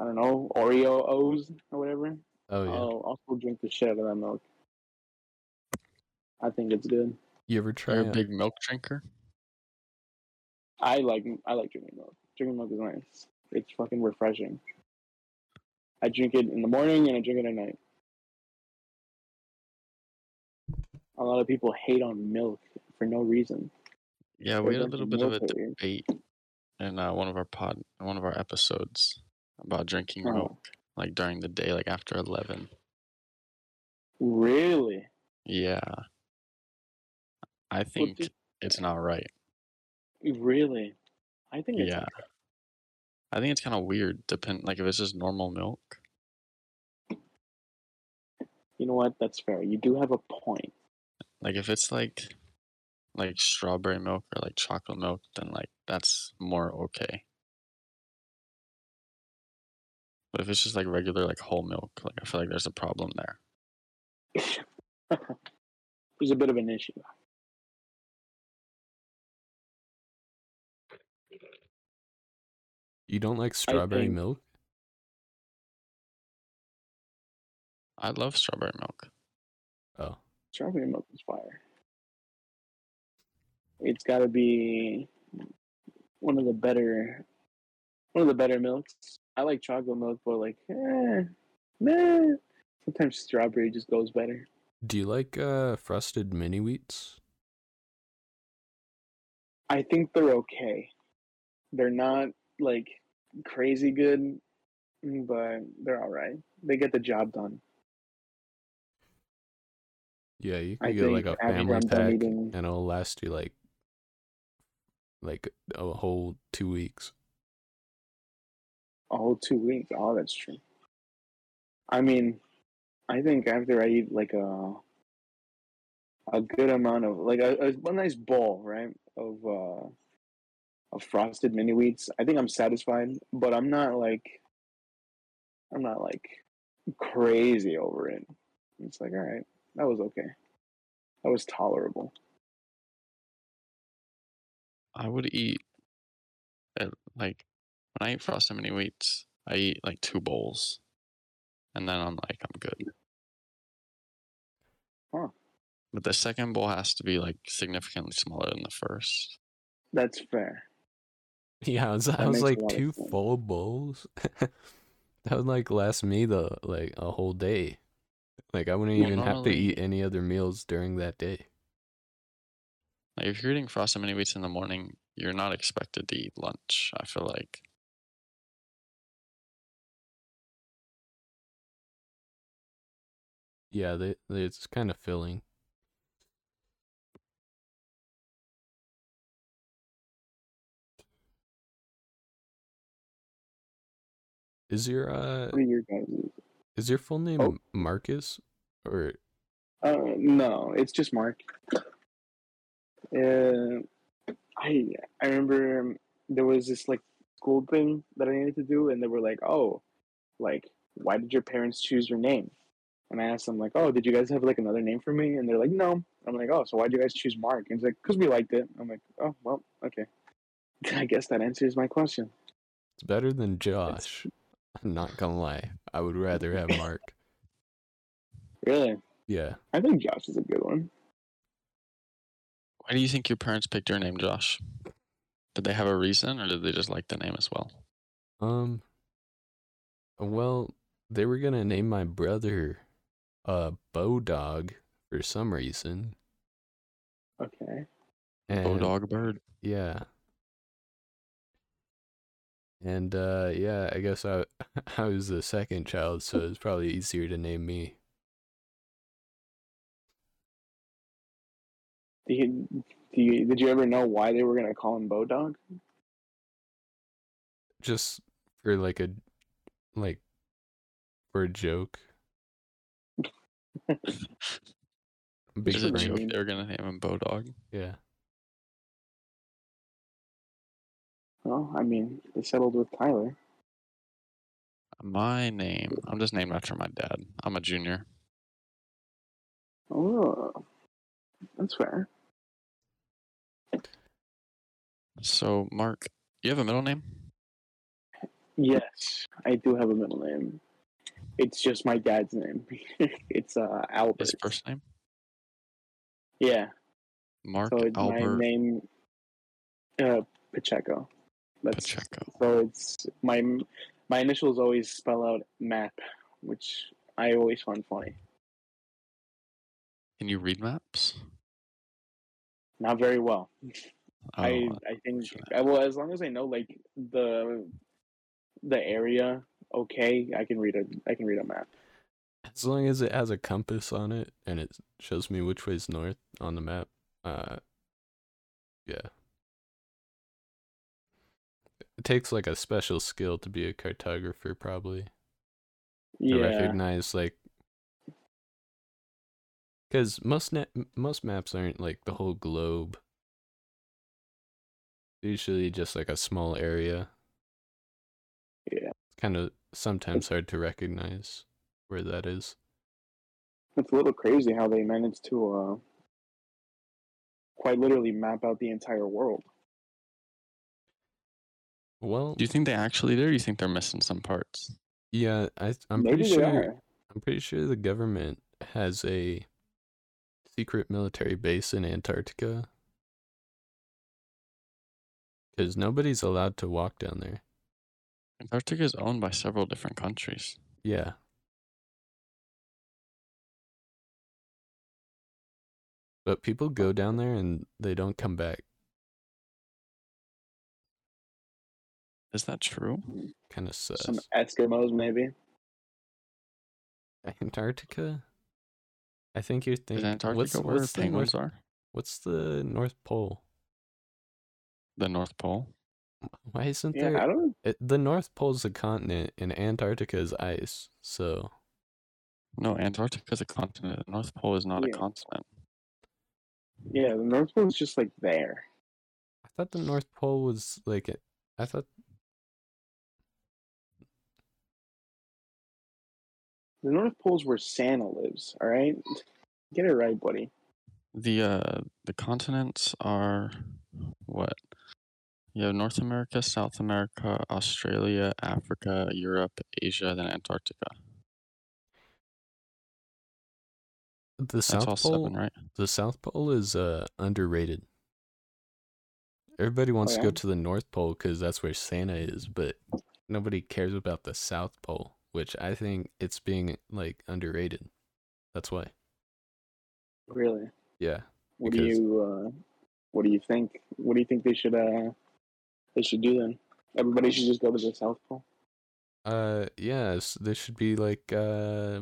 I don't know Oreo O's or whatever. Oh yeah. I'll, I'll still drink the shit out of that milk. I think it's good. You ever you're try a uh, big milk drinker. I like I like drinking milk. Drinking milk is nice. It's fucking refreshing. I drink it in the morning and I drink it at night. A lot of people hate on milk for no reason. Yeah, Or we had a drinking little bit of a milk or- debate in uh, one of our pod, one of our episodes about drinking Oh. milk like during the day, like after eleven. Really? Yeah, I think did- it's not right. Really? I think it's Yeah. I think it's kind of weird. Depend like if it's just normal milk. you know what, that's fair. You do have a point. Like if it's like like strawberry milk or like chocolate milk, then like that's more okay. But if it's just like regular like whole milk, like I feel like there's a problem there. There's a bit of an issue. you don't like strawberry think- milk? I love strawberry milk. Oh. Strawberry milk is fire. It's gotta be one of the better one of the better milks. I like chocolate milk, but like eh, meh. Sometimes strawberry just goes better. Do you like uh frosted mini wheats? I think they're okay. They're not like crazy good, but they're alright. They get the job done. Yeah, you I can get like a think after family I'm done pack eating- and it'll last you like like a whole 2 weeks. a whole two weeks. Oh, that's true. I mean, I think after I eat like a a good amount of like a, a, a nice bowl, right, of uh of frosted mini wheats, I think I'm satisfied. But I'm not like I'm not like crazy over it. It's like all right, that was okay, that was tolerable. I would eat at, eh, like When I eat frosted mini wheats, I eat like two bowls, and then I'm like, I'm good. Huh. But the second bowl has to be like significantly smaller than the first. That's fair. Yeah, I was, I That makes was a like lot of two sense. full bowls. that would like last me the like a whole day. Like I wouldn't Well, even have to normally- eat any other meals during that day. Like if you're eating frosted mini wheats in the morning, you're not expected to eat lunch. I feel like Yeah, they, they- it's kind of filling. Is your uh What are your guys' is your full name Oh. Marcus or Uh, no, it's just Mark. Uh, I I remember um, there was this like school thing that I needed to do, and they were like, "Oh, like why did your parents choose your name?" And I asked them like, "Oh, did you guys have like another name for me?" And they're like, "No." I'm like, "Oh, so why would you guys choose Mark?" And it's like, "Cause we liked it." I'm like, "Oh, well, okay." I guess that answers my question. it's better than Josh? I'm not gonna lie. I would rather have Mark. Really, Yeah. I think Josh is a good one. why do you think your parents picked your name, Josh? Did they have a reason, or did they just like the name as well? Um well, they were gonna name my brother uh Bodog for some reason. Okay, And Bulldog bird. Yeah. And uh yeah, I guess I I was the second child, so it's probably easier to name me. do you, do you, did you ever know why they were gonna call him Bodog? Just for like a like for a joke. Big There's a brain. joke prank. mean. they were gonna name him Bodog. Yeah. Well, I mean, they settled with Tyler. My name, I'm just named after my dad. I'm a junior. Oh, that's fair. So Mark, you have a middle name? Yes, I do have a middle name. It's just my dad's name. it's uh Albert. His first name? Yeah, Mark so it's my Albert name. Uh, Pacheco. That's Pacheco. so. It's my my initials always spell out map, which I always find funny. Can you read maps? Not very well. I Oh, I think unfortunate. uh, well as long as I know like the the area okay I can read a I can read a map. As long as it has a compass on it and it shows me which way's north on the map. Uh yeah. It takes like a special skill to be a cartographer probably. to Yeah. recognize like because most net most maps aren't like the whole globe They're usually just like a small area Yeah. it's kind of sometimes hard to recognize where that is It's a little crazy how they managed to uh, quite literally map out the entire world. well Do you think they actually do? Or do you think they're missing some parts? yeah I, i'm Maybe pretty they sure are. i'm pretty sure the government has a secret military base in antarctica because nobody's allowed to walk down there Antarctica is owned by several different countries. Yeah. But people go down there and they don't come back. Is that true? Kind of sucks. Some Eskimos, maybe. Antarctica? I think you're Is thinking. Antarctica what's, where what's the penguins North, are? What's the North Pole? The North Pole. Why isn't Yeah, I there? don't. It, the North Pole's a continent, and Antarctica is ice. So No, Antarctica is a continent. The North Pole is not Yeah. a continent. Yeah, the North Pole's just like there. I thought the North Pole was like. a- I thought The North Pole's where Santa lives. All right, get it right, buddy. The uh the continents are what? You have North America, South America, Australia, Africa, Europe, Asia, then Antarctica. The That's South all Pole. seven, right? The South Pole is uh, underrated. Everybody Oh, wants to yeah? go to the North Pole because that's where Santa is, but nobody cares about the South Pole, which I think it's being like underrated. That's why. Really? Yeah. What Because- do you uh, What do you think? What do you think they should uh, they should do then? Everybody should just go to the South Pole. Uh. Yes. There should be like uh,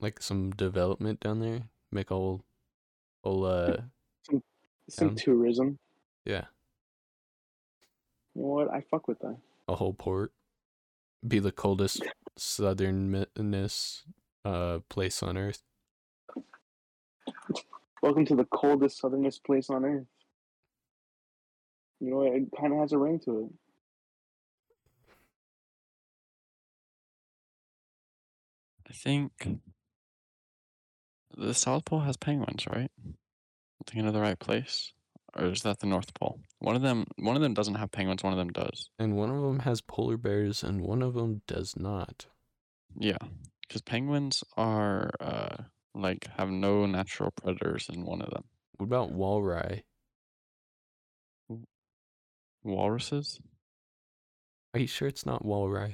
like some development down there. Make a whole, whole uh. Hmm. Some Um, tourism. Yeah. You know what? I fuck with that. a whole port, be the coldest southernmost uh place on earth. Welcome to the coldest, southernest place on earth. You know, what? it kind of has a ring to it. I think the South Pole has penguins, right? I'm thinking of the right place, or is that the North Pole? One of them, one of them doesn't have penguins. One of them does. And one of them has polar bears, and one of them does not. Yeah, because penguins are uh, like have no natural predators in one of them. What about walrus? Walruses? Are you sure it's not walrus?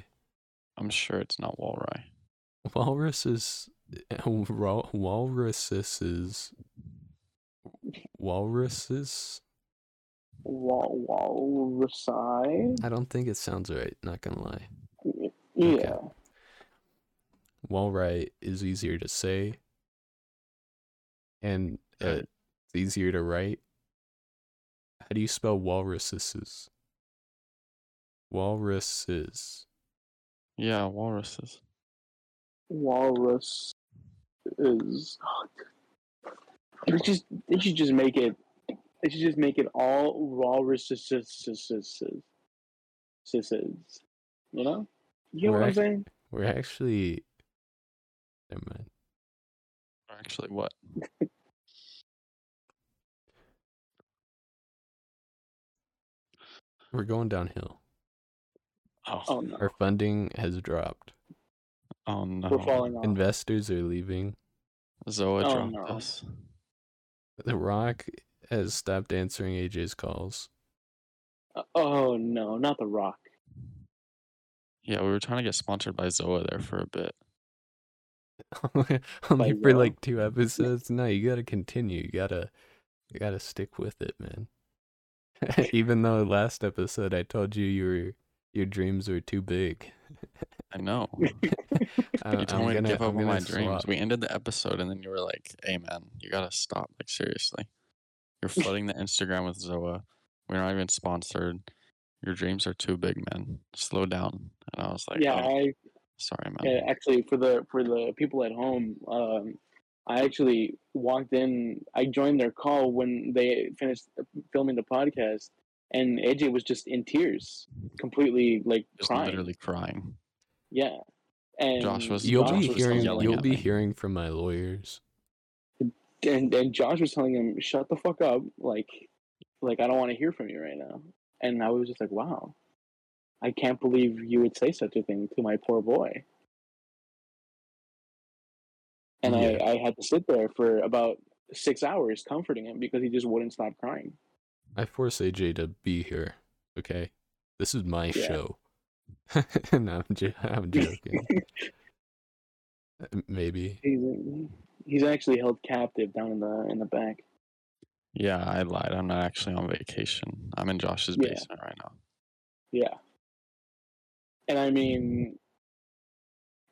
I'm sure it's not walrus. Walrus is wal- walruses is walruses. Wal walrusi. I don't think it sounds right. Not gonna lie. Yeah. Walrus is easier to say, and uh, Yeah. it's easier to write. How do you spell walruses? Walruses. Yeah, walruses. Walrus is. They just they should just make it. They should just make it all walruses. You know. You know what I'm Right. saying? We're actually. Never mind. Or Actually, what? We're going downhill. Oh, Oh no, Our funding has dropped. oh no. we're falling off. Investors are leaving. Zoa Oh, dropped no. us. The Rock has stopped answering AJ's calls. Oh no, not the Rock. Yeah, we were trying to get sponsored by Zoa there for a bit. Only Like, for uh, like two episodes. No, you gotta continue. You gotta, you gotta stick with it, man. Even though last episode I told you you were, your dreams were too big. I know. Uh, I, you told I'm me gonna- to give I'm up on my gonna dreams. swap. We ended the episode, and then you were like, "Hey, man, you gotta stop. Like, seriously, you're flooding the Instagram with Zoa. We're not even sponsored. Your dreams are too big, man. Slow down." And I was like, yeah, "Oh, I sorry, man." Um, Yeah, actually, for the for the people at home, um, I actually walked in. I joined their call when they finished filming the podcast, and AJ was just in tears, completely like Just crying. literally crying. Yeah, and Josh was- You'll Josh be was hearing. yelling You'll at be me. hearing from my lawyers. and and Josh was telling him, "Shut the fuck up!" Like, like I don't want to hear from you right now. And I was just like, "Wow, I can't believe you would say such a thing to my poor boy." And Yeah. I, I had to sit there for about six hours comforting him because he just wouldn't stop crying. I force AJ to be here. Okay, this is my Yeah. show. no, I'm, jo- I'm joking. Uh, Maybe. He's he's actually held captive down in the in the back. Yeah, I lied. I'm not actually on vacation. I'm in Josh's Yeah. basement right now. Yeah. And I mean,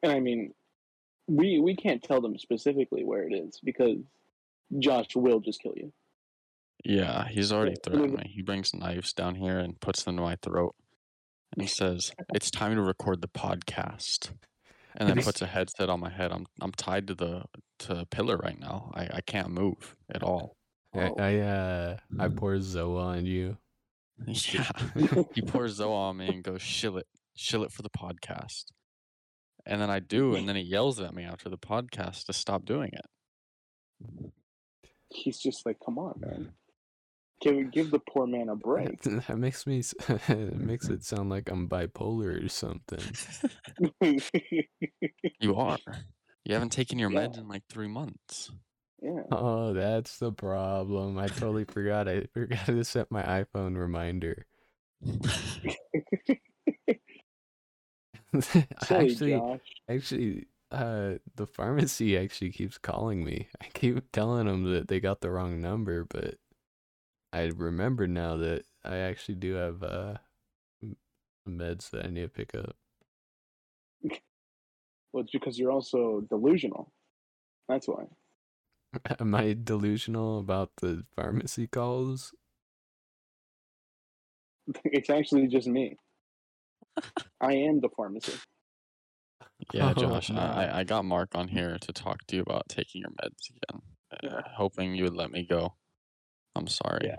and I mean, we we can't tell them specifically where it is because Josh will just kill you. Yeah, he's already I mean, threatened me. He brings knives down here and puts them to my throat and says, It's time to record the podcast. And then He's- puts a headset on my head. I'm I'm tied to the to a pillar right now. I, I can't move at all. I, Oh. I uh I pour Zoa on you. Yeah. he pours Zoa on me and goes, Shill it. Shill it for the podcast. And then I do, and then he yells at me after the podcast to stop doing it. He's just like, come on, man. Give give the poor man a break. That makes me s- it makes it sound like I'm bipolar or something. You are. You haven't taken your meds Yeah. in like three months. yeah. Oh, that's the problem. I totally forgot. I forgot to set my iPhone reminder. I Silly actually, Josh. actually, uh, the pharmacy actually keeps calling me. I keep telling them that they got the wrong number, but I remember now that I actually do have uh m- meds that I need to pick up. Well, it's because you're also delusional. That's why. Am I delusional about the pharmacy calls? It's actually just me. I am the pharmacist. Yeah, Oh, Josh, I- no. I, I got Mark on here to talk to you about taking your meds again, uh, hoping you would let me go. I'm sorry. Yeah.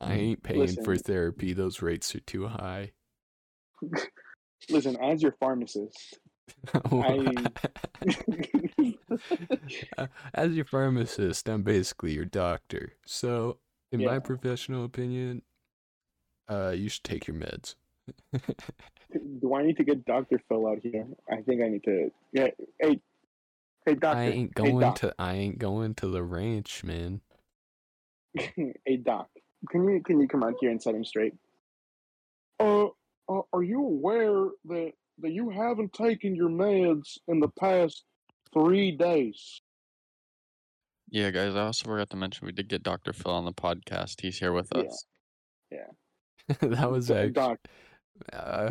I ain't paying for Mm, Listen. therapy. Those rates are too high. Listen, as your pharmacist, Uh, As your pharmacist, I'm basically your doctor. So, in my Yeah. professional opinion, uh, you should take your meds. do I need to get Doctor Phil out here? I think I need to. Yeah, hey, hey, doctor. I ain't hey, going doc. to. I ain't going to the ranch, man. hey, doc. Can you can you come out here and set him straight? Uh, uh are you aware that that you haven't taken your meds in the past three days? Yeah, guys, I also forgot to mention we did get Dr. Phil on the podcast. He's here with Yeah. us. that was D- actually. doc. Uh,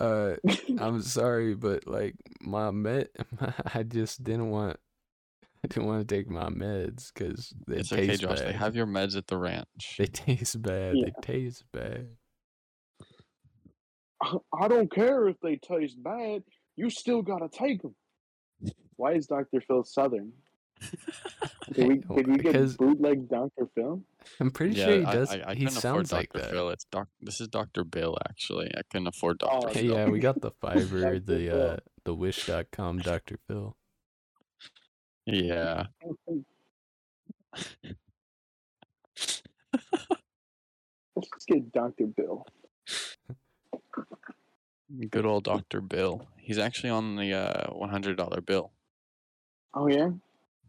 uh, I'm sorry, but like my med, I just didn't want. I didn't want to take my meds because they it's taste okay, Josh. bad. They have your meds at the ranch. They taste bad. Yeah. They taste bad. I I don't care if they taste bad. You still gotta take them. Why is Doctor Phil Southern? Did we, did we Because- get bootleg Doctor Phil? I'm pretty yeah, sure he I- does. I, I, he couldn't afford sounds Dr. like that. Phil. It's doc- this is Dr. Bill, actually. I couldn't afford Oh, Dr. okay. Phil. Yeah, we got the Dr. Fiverr, the Phil. uh, the Wish.com, Doctor Phil. Yeah. Let's just get Doctor Bill. Good old Dr. Bill. He's actually on the uh, $100 bill. Oh yeah,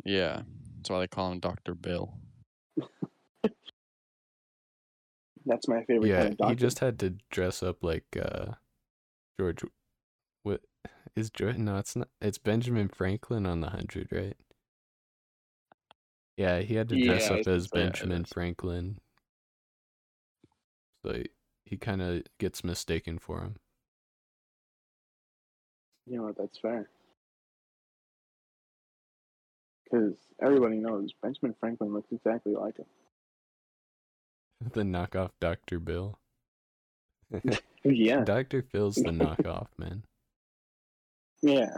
Yeah. That's why they call him Dr. Bill. that's my favorite Yeah, kind of doctor. he just had to dress up like uh, George. What is George? No, it's not. It's Benjamin Franklin on the hundred, right? Yeah, he had to dress Yeah, up as yeah, it Benjamin is. Franklin. So he, he kind of gets mistaken for him. You know what? That's fair. Because everybody knows Benjamin Franklin looks exactly like him. The knockoff Doctor Bill. Yeah, Doctor Phil's the knockoff man. yeah.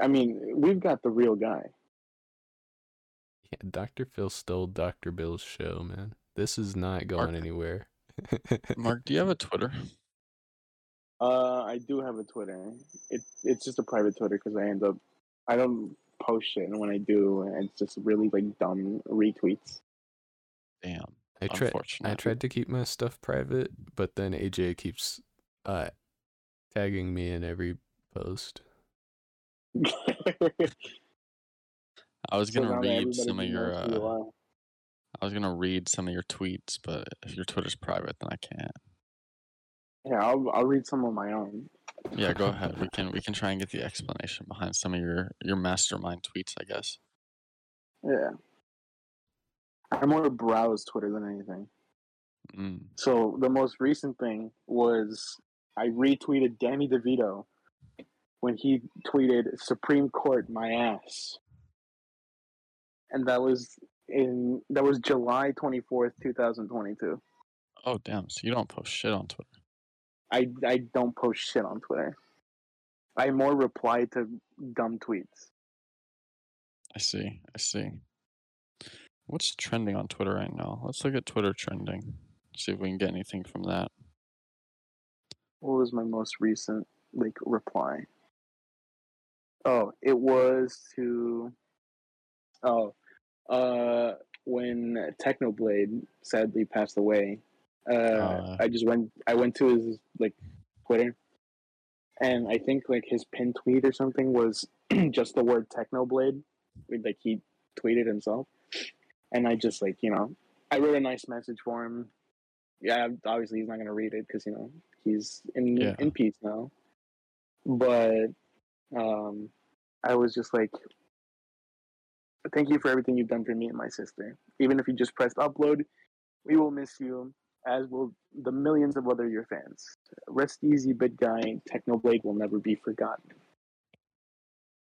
I mean, we've got the real guy. Yeah, Dr. Phil stole Dr. Bill's show, man. This is not going anywhere. Mark, do you have a Twitter? Uh, I do have a Twitter. It it's just a private Twitter because I end up I don't post shit, and when I do, it's just really like dumb retweets. Damn. I tried Unfortunate. I tried to keep my stuff private, but then AJ keeps uh tagging me in every post. I was So gonna now that read some of everybody your knows who you uh, are. I was gonna read some of your tweets, but if your Twitter's private, then I can't. Yeah, I'll I'll read some of my own. Yeah, go ahead. We can we can try and get the explanation behind some of your your mastermind tweets, I guess. Yeah, I more browse Twitter than anything. Mm. So the most recent thing was I retweeted Danny DeVito when he tweeted Supreme Court my ass. And that was in that was July 24th, 2022. Oh damn! So you don't post shit on Twitter. I I don't post shit on Twitter. I more reply to dumb tweets. I see. I see. What's trending on Twitter right now? Let's look at Twitter trending. See if we can get anything from that. What was my most recent like reply? Oh, it was to Oh. Uh when Technoblade sadly passed away, uh, I just went I went to his like Twitter, and I think like his pin tweet or something was just the word Technoblade, like he tweeted himself, and I just like you know I wrote a nice message for him. Yeah, obviously he's not gonna read it because you know he's in Yeah. in peace now, but um, I was just like. Thank you for everything you've done for me and my sister. Even if you just pressed upload, we will miss you as will the millions of other your fans. Rest easy, big guy. Technoblade will never be forgotten.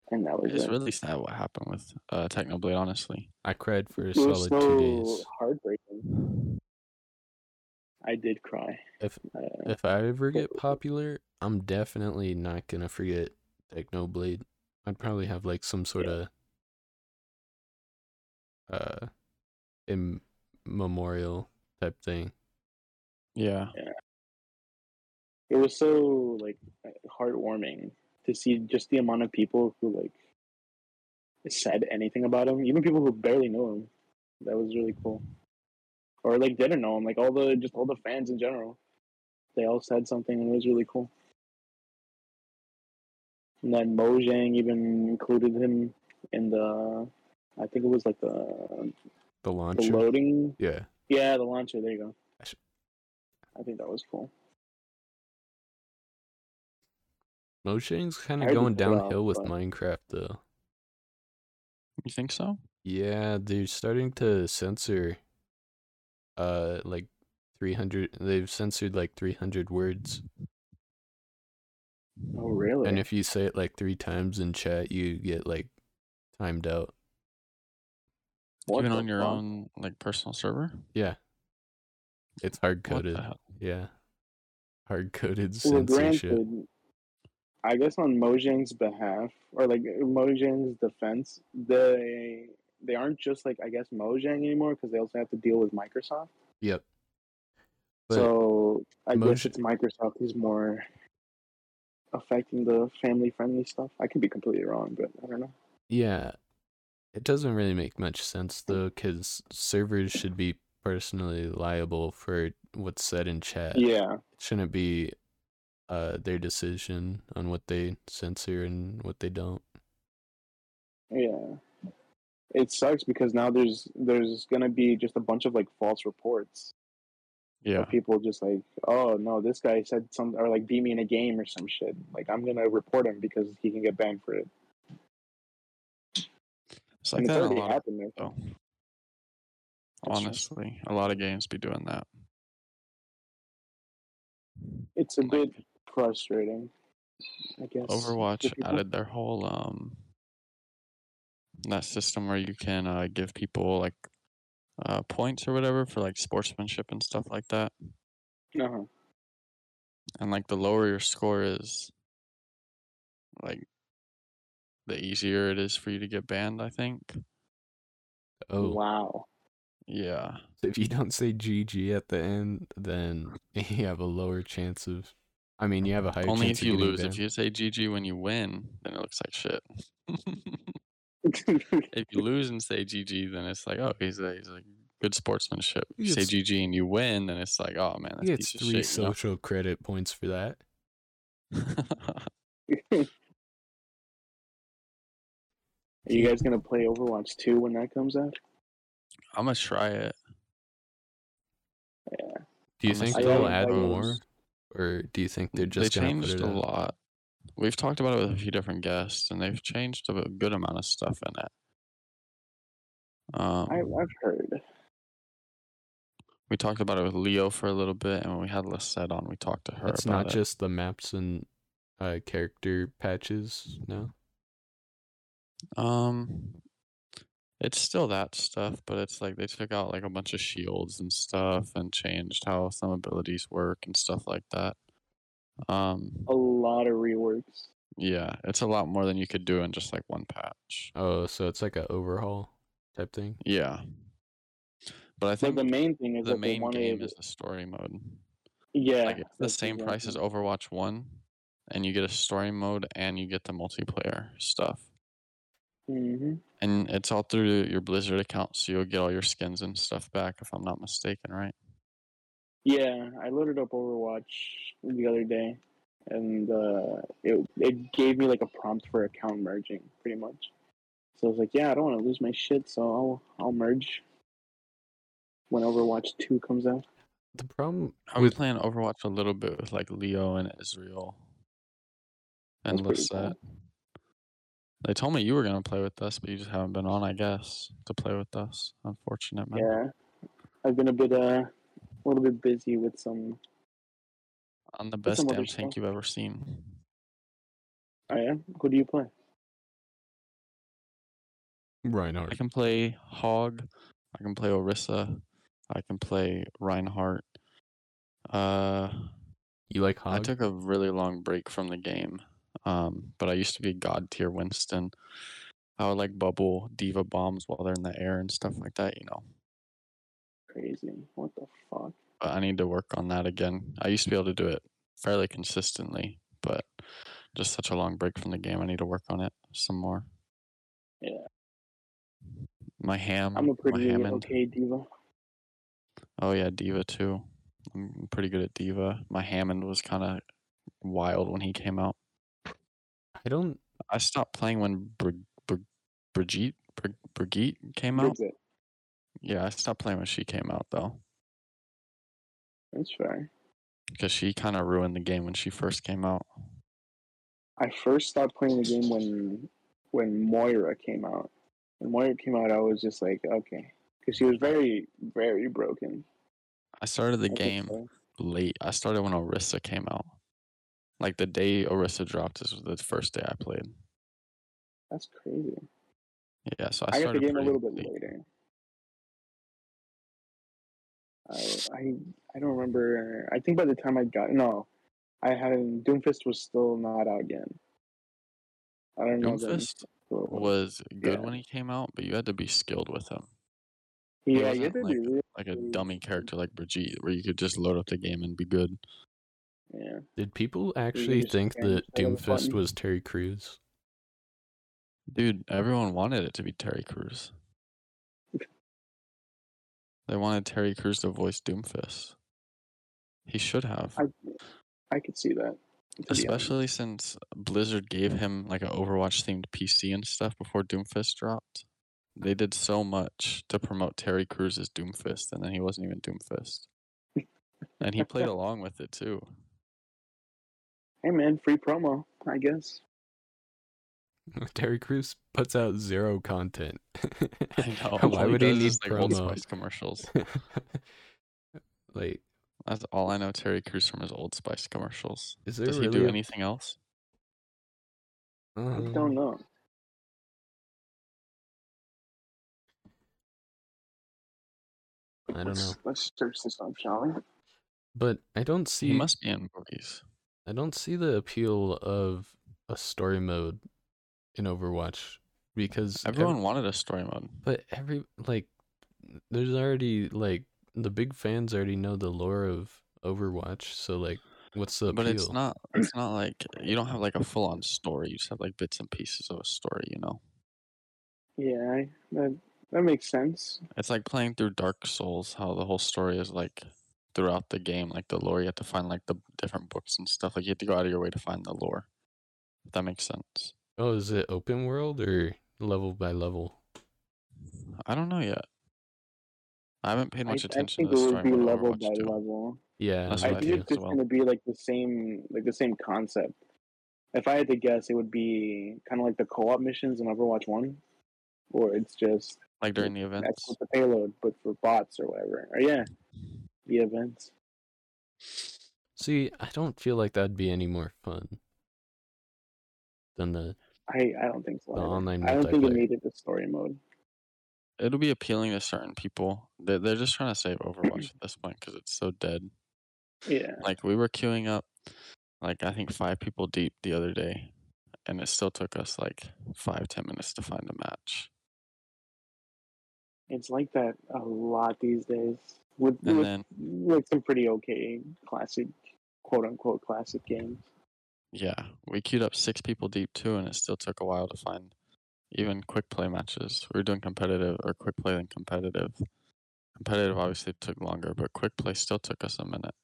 And that was It's it. really sad what happened with uh, Technoblade, honestly. I cried for a It was solid two days. so heartbreaking. I did cry. If- uh, If I ever get popular, I'm definitely not gonna forget Technoblade. I'd probably have like some sort of uh in memorial type thing. Yeah. it was so like heartwarming to see just the amount of people who like said anything about him, even people who barely knew him. That was really cool, or like didn't know him. Like all the just all the fans in general, they all said something, and it was really cool. And then Mojang even included him in the, I think it was like the, The the launcher. loading. yeah. Yeah, the launcher. There you go. I should- I think that was cool. Mojang's I kinda heard going it's rough, downhill with but- Minecraft though. You think so? Yeah, they're starting to censor uh like 300 they've censored like 300 words Oh really? and if you say it like 3 times in chat you get like timed out. What Even the on your fuck? own like personal server? Yeah. It's hard What the coded. hell? Yeah. Hard coded Well, censorship. granted, I guess on Mojang's behalf, or like Mojang's defense, they they aren't just like I guess Mojang anymore because they also have to deal with Microsoft. Yep. But so I guess Moj- it's Microsoft who's more affecting the family friendly stuff. I could be completely wrong, but I don't know. yeah, it doesn't really make much Mm. sense though, because servers should be personally liable for what's said in chat. Yeah, It shouldn't be uh their decision on what they censor and what they don't. yeah. It sucks because now there's there's gonna be just a bunch of like false reports Yeah. of people just like, oh no, this guy said some or like beat me in a game or some shit. Like I'm gonna report him because he can get banned for it. It's And like it's that in a already lot of, happened. though. That's true. Honestly, a lot of games be doing that. It's a Like, bit frustrating, I guess. Oh Overwatch people- added their whole um that system where you can uh, give people like uh, points or whatever for like sportsmanship and stuff like that. Uh-huh. And like the lower your score is, like the easier it is for you to get banned. I think. Oh, Wow. Yeah. so if you don't say GG at the end, then you have a lower chance of. I mean, you have a higher Only chance if you of getting lose. If banned. you say GG when you win, then it looks like shit. if you lose and say GG, then it's like, oh, he's a, he's a good sportsmanship. He If you say gets- GG and you win, then it's like, oh man, He that's gets piece of three shit. you know? social credit points for that. Are you guys gonna play Overwatch 2 when that comes out? I'm gonna try it. Do you Honestly, think I they'll don't add know. more, or do you think they're just they gonna put changed it a out? lot. We've talked about it with a few different guests, and they've changed a good amount of stuff in it. Um, I, I've heard. we talked about it with Leo for a little bit, and when we had Lisette on, we talked to her It's about not it. just the maps and uh, character patches. No, Um, it's still that stuff, but it's like they took out like a bunch of shields and stuff, and changed how some abilities work and stuff like that. Um, A lot of reworks. yeah, it's a lot more than you could do in just like one patch. oh, so it's like an overhaul type thing. Yeah, but I But think the main thing is the that they main wanted. game is the story mode. yeah, Like it's the that's same price as exactly- Overwatch One, and you get a story mode and you get the multiplayer stuff. Mm-hmm. And it's all through your Blizzard account, so you'll get all your skins and stuff back, if I'm not mistaken, right? Yeah, I loaded up Overwatch the other day, and uh, it it gave me like a prompt for account merging, pretty much. So I was like, yeah, I don't want to lose my shit, so I'll I'll merge when Overwatch Two comes out. The problem I was playing Overwatch a little bit with like Leo and Israel and That's pretty Lisette. They told me you were gonna play with us, but you just haven't been on, I guess, to play with us. Unfortunate man. Yeah, I've been a bit uh, a little bit busy with some. On the best some other damn tank stuff. you've ever seen. Oh yeah, who do you play? I Reinhardt. can play Hog, I can play Orisa, I can play Reinhardt. Uh You like I Hog? took a really long break from the game, um, but I used to be god tier Winston. I would like bubble diva bombs while they're in the air and stuff like that, you know. Crazy, what the fuck? But I need to work on that again. I used to be able to do it fairly consistently, but just such a long break from the game. I need to work on it some more. Yeah. My ham. I'm a my pretty Hammond. okay diva. Oh yeah, diva too. I'm pretty good at diva. My Hammond was kind of wild when he came out. I don't. I stopped playing when Brig- Brig- Brigitte Brig- Brigitte came out. Brigit. Yeah, I stopped playing when she came out though, That's fair. because she kind of ruined the game when she first came out. I first stopped playing the game when when Moira came out. When Moira came out, I was just like, okay, because she was very very broken. I started the I think game so. late. I started when Orisa came out. Like the day Orisa dropped, this was the first day I played. That's crazy. Yeah, so I, I, got the started game a pretty little bit late. later. I, I I don't remember. I think by the time I got no, I hadn't. Doomfist was still not out yet. I don't know. then. Doomfist So- was Yeah. good when he came out, but you had to be skilled with him, yeah, you wasn't had to like- be real- like a Mm. dummy character like Brigitte, where you could just load up the game and be good. Yeah, Did people actually just think stand that inside of a Doomfist button? was Terry Crews? Dude, everyone wanted it to be Terry Crews. They wanted Terry Crews to voice Doomfist. He should have. I- I could see that. to be honest. Especially since Blizzard gave him like an Overwatch themed PC and stuff before Doomfist dropped. They did so much to promote Terry Crews as Doomfist, and then he wasn't even Doomfist. and he played along with it too. Hey man, free promo, I guess. Terry Crews puts out zero content. I know. Why all would he does need is, like Old promo? Spice commercials? like, That's all I know Terry Crews from his Old Spice commercials. is there Does he really do a- anything else? I um, don't know. I don't Let's- know. Let's search this up, shall we? But I don't see. He must be in movies. I don't see the appeal of a story mode in Overwatch because ev- Everyone wanted a story mode. but every like, there's already like the big fans already know the lore of Overwatch. So like, what's the appeal? But it's not it's not like you don't have like a full on story. You just have like bits and pieces of a story, you know. Yeah, I, that that makes sense. It's like playing through Dark Souls, how the whole story is like throughout the game, like the lore you have to find like the different books and stuff. Like you have to go out of your way to find the lore. If that makes sense. Oh, is it open world or level by level? I don't know yet. I haven't paid I, much I think attention it to the would story be mode in level Overwatch by 2. level. Yeah, That's no I what I think do idea. it's just well. gonna be like the same, like the same concept. If I had to guess, it would be kind of like the co-op missions in Overwatch One, or it's just Like during the that's events. with the payload, but for bots or whatever. Or yeah, the events. See, I don't feel like that'd be any more fun than the. I I don't think so. The either. online I don't think it multiplayer. needed the story mode. It'll be appealing to certain people. They're, they're just trying to save Overwatch at this point because it's so dead. Yeah, like we were queuing up like i think five people deep the other day and it still took us like five ten minutes to find a match it's like that a lot these days with and with then like some pretty okay classic, quote unquote classic games. yeah we queued up six people deep too and it still took a while to find even quick play matches. We were doing competitive or quick play than competitive. Competitive obviously took longer, but quick play still took us a minute.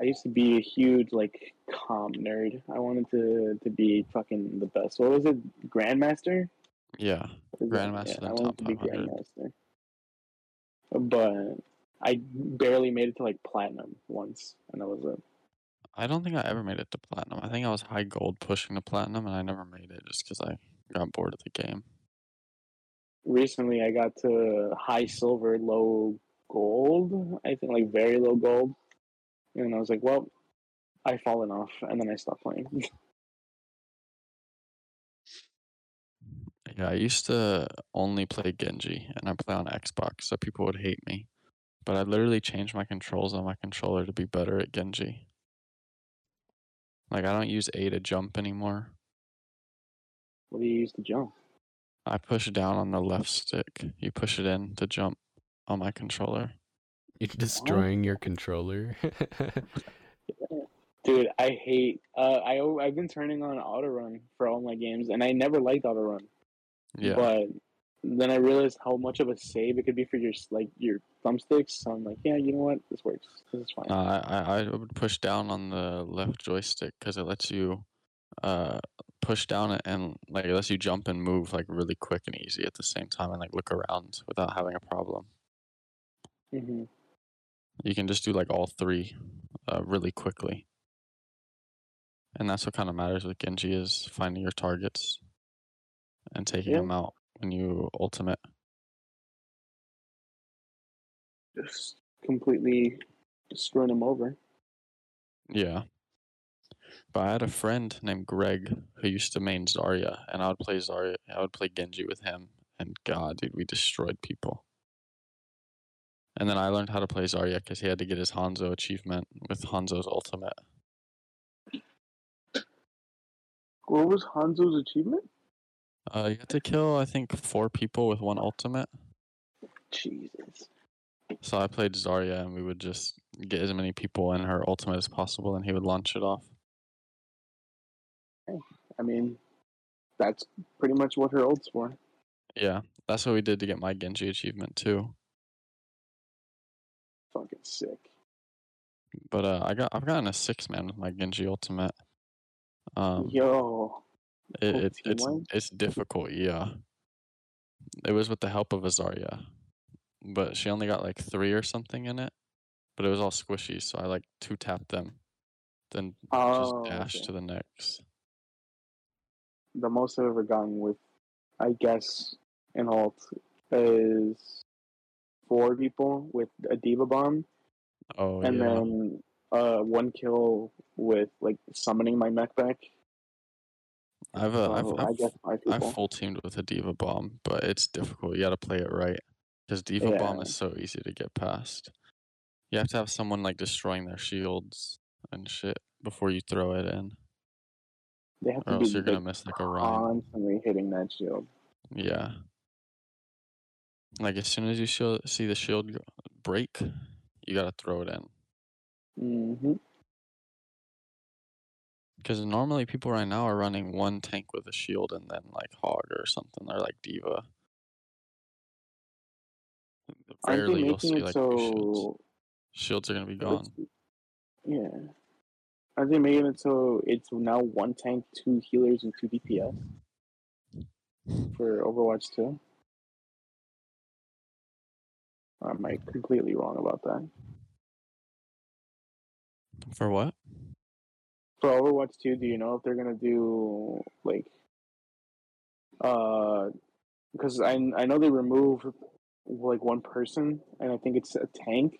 I used to be a huge like comp nerd. I wanted to to be fucking the best. What was it, Grandmaster? Yeah, Is that- Grandmaster Yeah, than I wanted top to be 500. Grandmaster, but I barely made it to like platinum once, and that was it. I don't think I ever made it to platinum. I think I was high gold pushing to platinum, and I never made it just because I got bored of the game. recently I got to high silver, low gold. I think like very low gold, and I was like, well, I've fallen off, and then I stopped playing. Yeah, I used to only play Genji, and I play on Xbox, so people would hate me. But I literally changed my controls on my controller to be better at Genji. Like I don't use A to jump anymore. what do you use to jump? I push down on the left stick. You push it in to jump on my controller. You're destroying your controller. Dude, I hate. Uh, I al- I've been turning on autorun for all my games, and I never liked autorun. Yeah. But then I realized how much of a save it could be for your s- like your thumbsticks. So I'm like, yeah, you know what? This works. This is fine. No, Uh, I, I I would push down on the left joystick because it lets you uh push down it and like it lets you jump and move like really quick and easy at the same time and like look around without having a problem. hmm You can just do like all three uh, really quickly. And that's what kind of matters with Genji is finding your targets and taking Yeah. them out when you ultimate. Just completely screwing them over. Yeah. But I had a friend named Greg who used to main Zarya, and I would play Zarya. I would play Genji with him, and God, dude, we destroyed people. And then I learned how to play Zarya because he had to get his Hanzo achievement with Hanzo's ultimate. What was Hanzo's achievement? Uh, you had to kill, I think, four people with one ultimate. Jesus. So I played Zarya, and we would just get as many people in her ultimate as possible, and he would launch it off. I mean, that's pretty much what her ult's for. Yeah, that's what we did to get my Genji achievement too. Fucking sick. But uh, I got I've gotten a six man with my Genji ultimate. Um, Yo. it, Oh, it, team it's wide? it's difficult. Yeah, it was with the help of Azaria, but she only got like three or something in it. But it was all squishy, so I like two tapped them, then Oh, just dashed okay. to the next. The most I've ever gotten with, I guess, an alt is four people with a Diva Bomb, Oh and yeah, then uh, one kill with, like, summoning my mech back. I've uh, I've, So Oh, I I've, guess five I've people. full teamed with a diva bomb, but it's difficult. You got to play it right because diva bomb Yeah. is so easy to get past. You have to have someone like destroying their shields and shit before you throw it in, They have or to else be you're gonna like, miss like a rhyme. constantly hitting that shield. Yeah. Like as soon as you shield, see the shield go- break, you gotta throw it in. hmm Because normally people right now are running one tank with a shield and then like Hog or something. They're like Diva. Aren't they Rarely you'll see making it like two shields. so... Shields are gonna be gone. Let's see. Yeah. Are they making it so it's now one tank, two healers, and two DPS for Overwatch 2? Or am I completely wrong about that? For what? For Overwatch 2, do you know if they're going to do, like, uh, because I, I know they remove, like, one person, and I think it's a tank.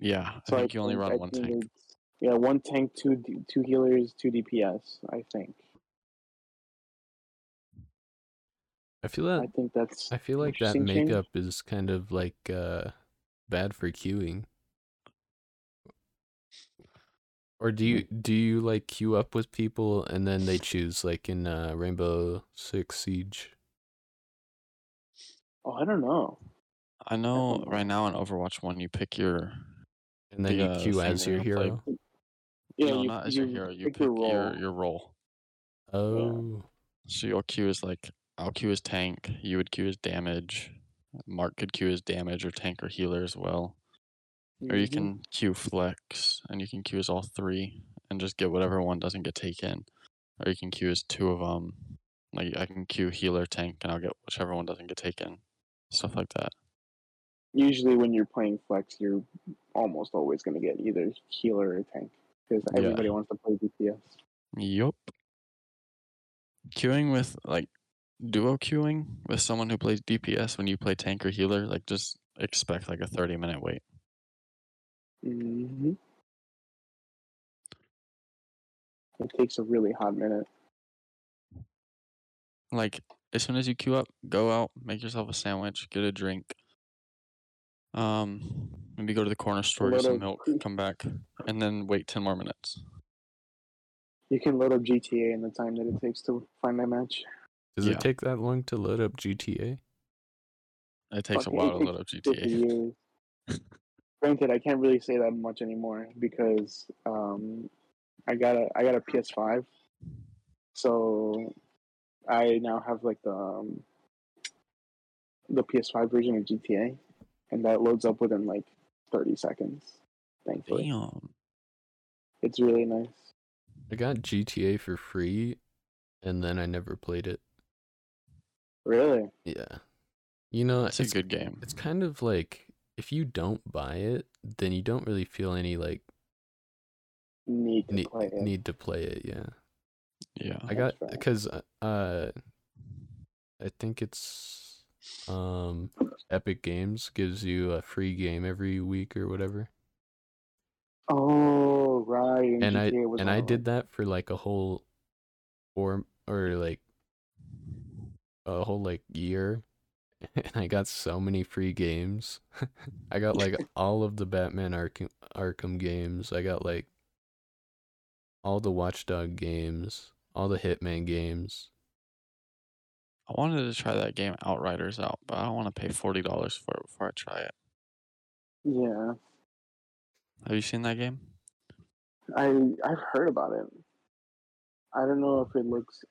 Yeah, I So think you only run I one think tank. it's- Yeah, one tank, two D, two healers, two DPS. I think. I feel that I think that's. I feel like that Interesting change. makeup is kind of like uh bad for queuing. Or Hmm. do you do you like queue up with people and then they choose like in uh, Rainbow Six Siege? Oh, I don't know. I know don't know. right now in Overwatch One, you pick your And then The, you uh, queue thing as they're your gonna play. hero. Yeah, no, you, not as you your hero. You pick pick your your role. your role. Oh, So your Q is like I'll Q his tank, you would Q his damage, Mark could Q his damage or tank or healer as well. Or you Mhm. can Q flex and you can Q his all three and just get whatever one doesn't get taken. Or you can Q his two of them. Like I can Q healer tank and I'll get whichever one doesn't get taken. Stuff like that. Usually, when you're playing flex, you're almost always going to get either healer or tank because Yeah. everybody wants to play DPS. Yup. Queuing with like duo queuing with someone who plays DPS when you play tank or healer, like just expect like a thirty minute wait. hmm It takes a really hot minute. like as soon as you queue up, go out, make yourself a sandwich, get a drink. Um, maybe go to the corner store, get Little some milk, quick- come back, and then wait ten more minutes. You can load up GTA in the time that it takes to find that match. does Yeah. it take that long to load up GTA? It takes a Fucking- while it to load up Good for GTA. you. Granted, I can't really say that much anymore because um, I got a I got a PS5, so I now have like the um, the PS5 version of GTA, and that loads up within like 30 seconds. Thankfully, Damn. it's really nice. I got GTA for free, and then I never played it. Really, Yeah, you know, That's a good game. it's kind of like if you don't buy it, then you don't really feel any like need to need, play it. Oh, need to play it. Yeah, Yeah. I got That's right. because uh, I think it's um Epic Games gives you a free game every week or whatever, Oh right, and I GTA was and one I of did them. that for like a whole or or like a whole like year, and I got so many free games. I got like all of the Batman Arkham Arkham games. I got like all the Watchdog games, all the Hitman games. I wanted to try that game Outriders out, but I don't want to pay forty dollars for it before I try it. Yeah, Have you seen that game? I I've heard about it. I don't know if it looks.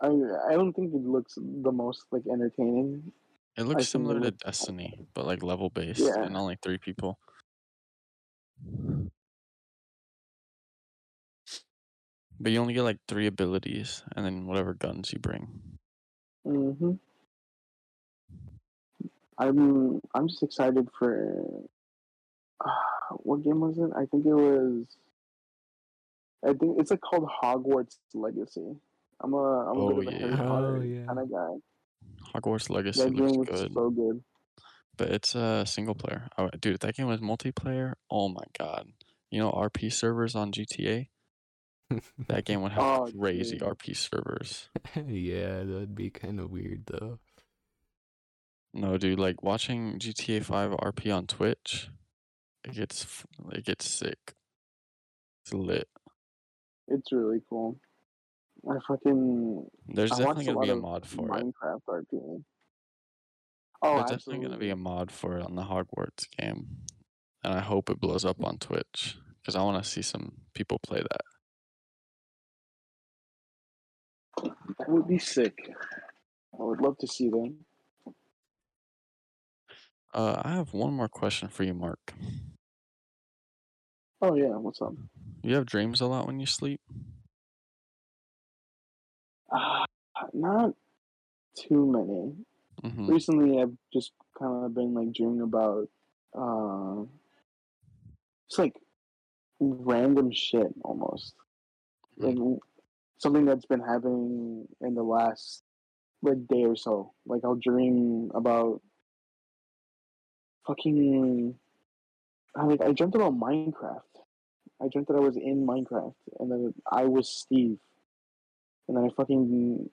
I I don't think it looks the most like entertaining. It looks seen the similar to look- Destiny, but like level based mm Yeah. and only three people. But you only get like three abilities and then whatever guns you bring. Mm-hmm. I'm I'm just excited for. Uh, what game was it? I think it was. I think it's like called Hogwarts Legacy. I'm a I'm a Oh, bit of a yeah. Harry Potter Oh, yeah. kind of guy. Hogwarts Legacy That game looks was good, so good. but it's a uh, single player. Oh, dude, if that game was multiplayer. Oh my god! You know RP servers on GTA. That game would have Oh, crazy dude. RP servers. yeah, that'd be kind of weird though. No, dude, like watching GTA 5 RP on Twitch, it gets f- it gets sick. It's lit. It's really cool. I fucking There's I watched definitely a gonna be lot a of mod for it. Minecraft RP. Oh, There's absolutely. definitely gonna be a mod for it on the Hogwarts game, and I hope it blows up on Twitch because I want to see some people play that. That would be sick. I would love to see them. Uh, I have one more question for you, Mark. Oh yeah, what's up? You have dreams a lot when you sleep. Ah, not too many. hmm Recently, I've just kind of been like dreaming about, uh, just like random shit almost, like something that's been happening in the last like day or so. Like I'll dream about fucking. I like I dreamt about Minecraft. I dreamt that I was in Minecraft, and then I was Steve, and then I fucking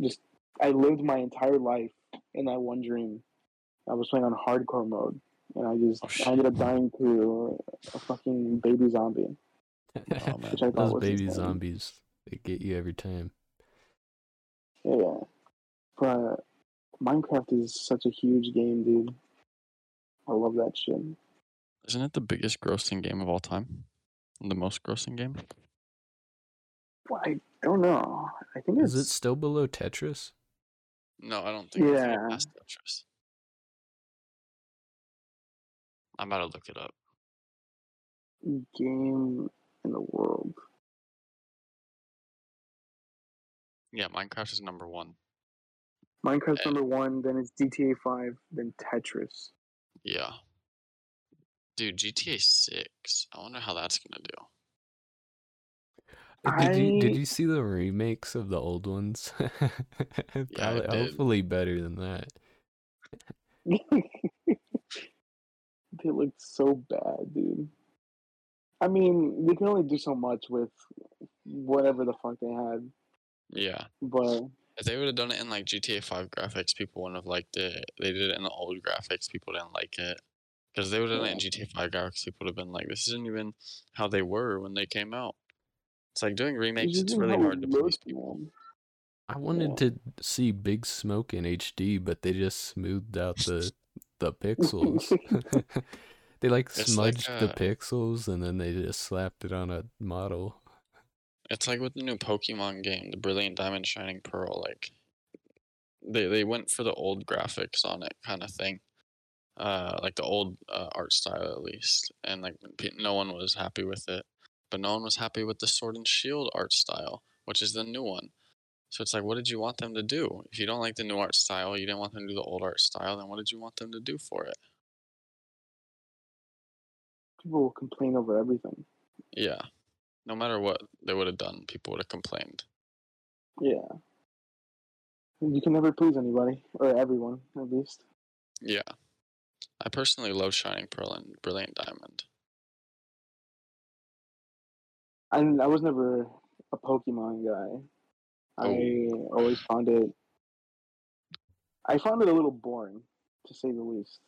just I lived my entire life in that one dream. I was playing on hardcore mode, and I just Oh, shit. I ended up dying to a fucking baby zombie. Oh, man. Which I thought Those was baby insane. zombies, they get you every time. Yeah. But Minecraft is such a huge game, dude. I love that shit. Isn't it the biggest grossing game of all time? The most grossing game? Well, I don't know. I think Is it's it still below Tetris? No, I don't think. it's Yeah. past Tetris. I'm about to look it up. game in the world. Yeah, Minecraft is number one. Minecraft's Yeah. number one, then it's GTA Five, then Tetris. Yeah. Dude, GTA Six. I wonder how that's gonna do. Uh, Did you did I- you see the remakes of the old ones? Probably, did. hopefully better than that. they look so bad, dude. I mean, they can only do so much with whatever the fuck they had, Yeah. but If they would have done it in like GTA Five graphics, people wouldn't have liked it. They did it in the old graphics, people didn't like it. Because they would have done it in GTA Five graphics, people would have been like, "This isn't even how they were when they came out." It's like doing remakes. just It's didn't really have a hard to please look, people. man. I wanted Yeah. to see Big Smoke in HD, but they just smoothed out the the pixels. they like It's like, smudged uh, the pixels and then they just slapped it on a model. It's like with the new Pokemon game, the Brilliant Diamond Shining Pearl, like they they went for the old graphics on it kind of thing. Uh like the old uh, art style at least. And like pe- no one was happy with it. But no one was happy with the Sword and Shield art style, which is the new one. So it's like what did you want them to do? If you don't like the new art style, you didn't want them to do the old art style, then what did you want them to do for it? People will complain over everything. Yeah. No matter what they would have done, people would have complained. Yeah. You can never please anybody, or everyone, at least. Yeah. I personally love Shining Pearl and Brilliant Diamond. And I was never a Pokemon guy. I Oh. always found it. I found it a little boring, to say the least.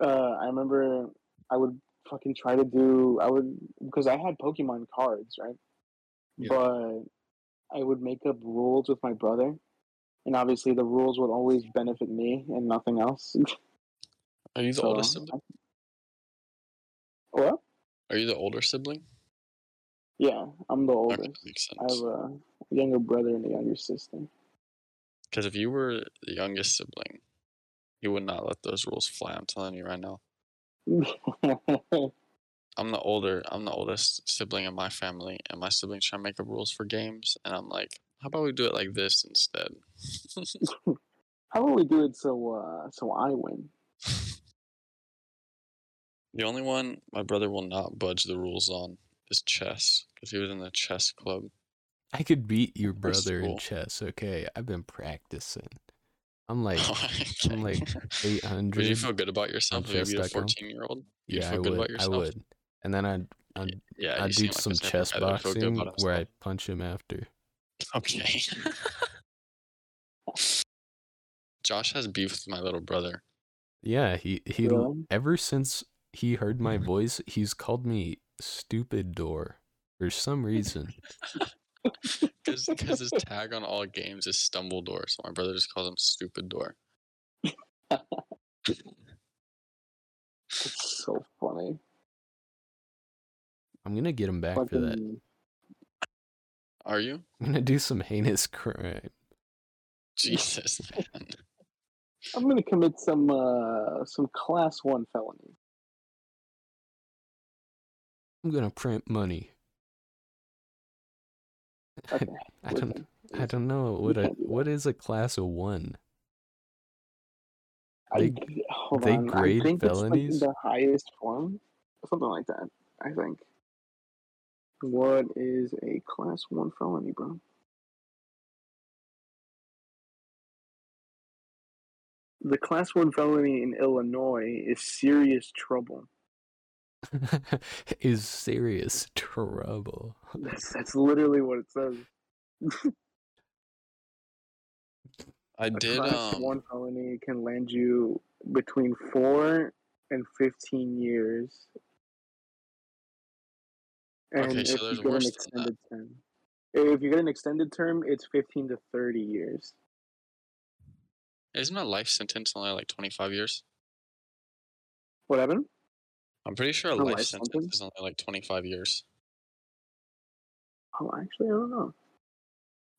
Uh, I remember I would fucking try to do. I would because I had Pokemon cards, right? Yeah. But I would make up rules with my brother, and obviously the rules would always benefit me and nothing else. Are you the So, oldest sibling? I- What? Are you the older sibling? Yeah, I'm the Okay, oldest. makes I have sense. a younger brother and a younger sister. Because if you were the youngest sibling, you would not let those rules fly. I'm telling you right now. I'm the older. I'm the oldest sibling in my family, and my siblings try to make up rules for games, and I'm like, how about we do it like this instead? How about we do it so uh so I win? the only one my brother will not budge the rules on is chess, because he was in the chess club. I could beat your That's brother in cool. chess, okay? I've been practicing. I'm like Okay. I'm like Would 800. you feel good about yourself if you beat a chess.com? 14 year old? you yeah, I feel good would. about I yourself? would. And then I'd, I'd, Yeah, you I'd do seem like the some type of chess guy that would feel good boxing about where himself. I'd punch him after. Okay. Josh has beef with my little brother. Yeah, he he l- Really? ever since he heard my voice, he's called me stupid door for some reason. Because his tag on all games is stumble door, so my brother just calls him stupid door. It's so funny. I'm going to get him back for that. I'm Fucking- Are you? going to do some heinous crime. Jesus, man. I'm gonna commit some uh some class one felony. I'm going to print money. Okay, I we're don't done. I don't know what a, can't do that. what is a class of 1? I They- g- hold they on. grade I think felonies? It's like the highest form, something like that. I think. What is a class one felony, bro? The class one felony in Illinois is serious trouble. is serious trouble. That's, that's literally what it says. I A did. class Um, one felony can land you between four and fifteen years. And Okay, so if there's you get worse an than extended term, if you get an extended term, it's fifteen to thirty years. isn't a life sentence only like 25 years? What happened? I'm pretty sure a For life life sentence sentence? is only like 25 years. Oh, actually, I don't know.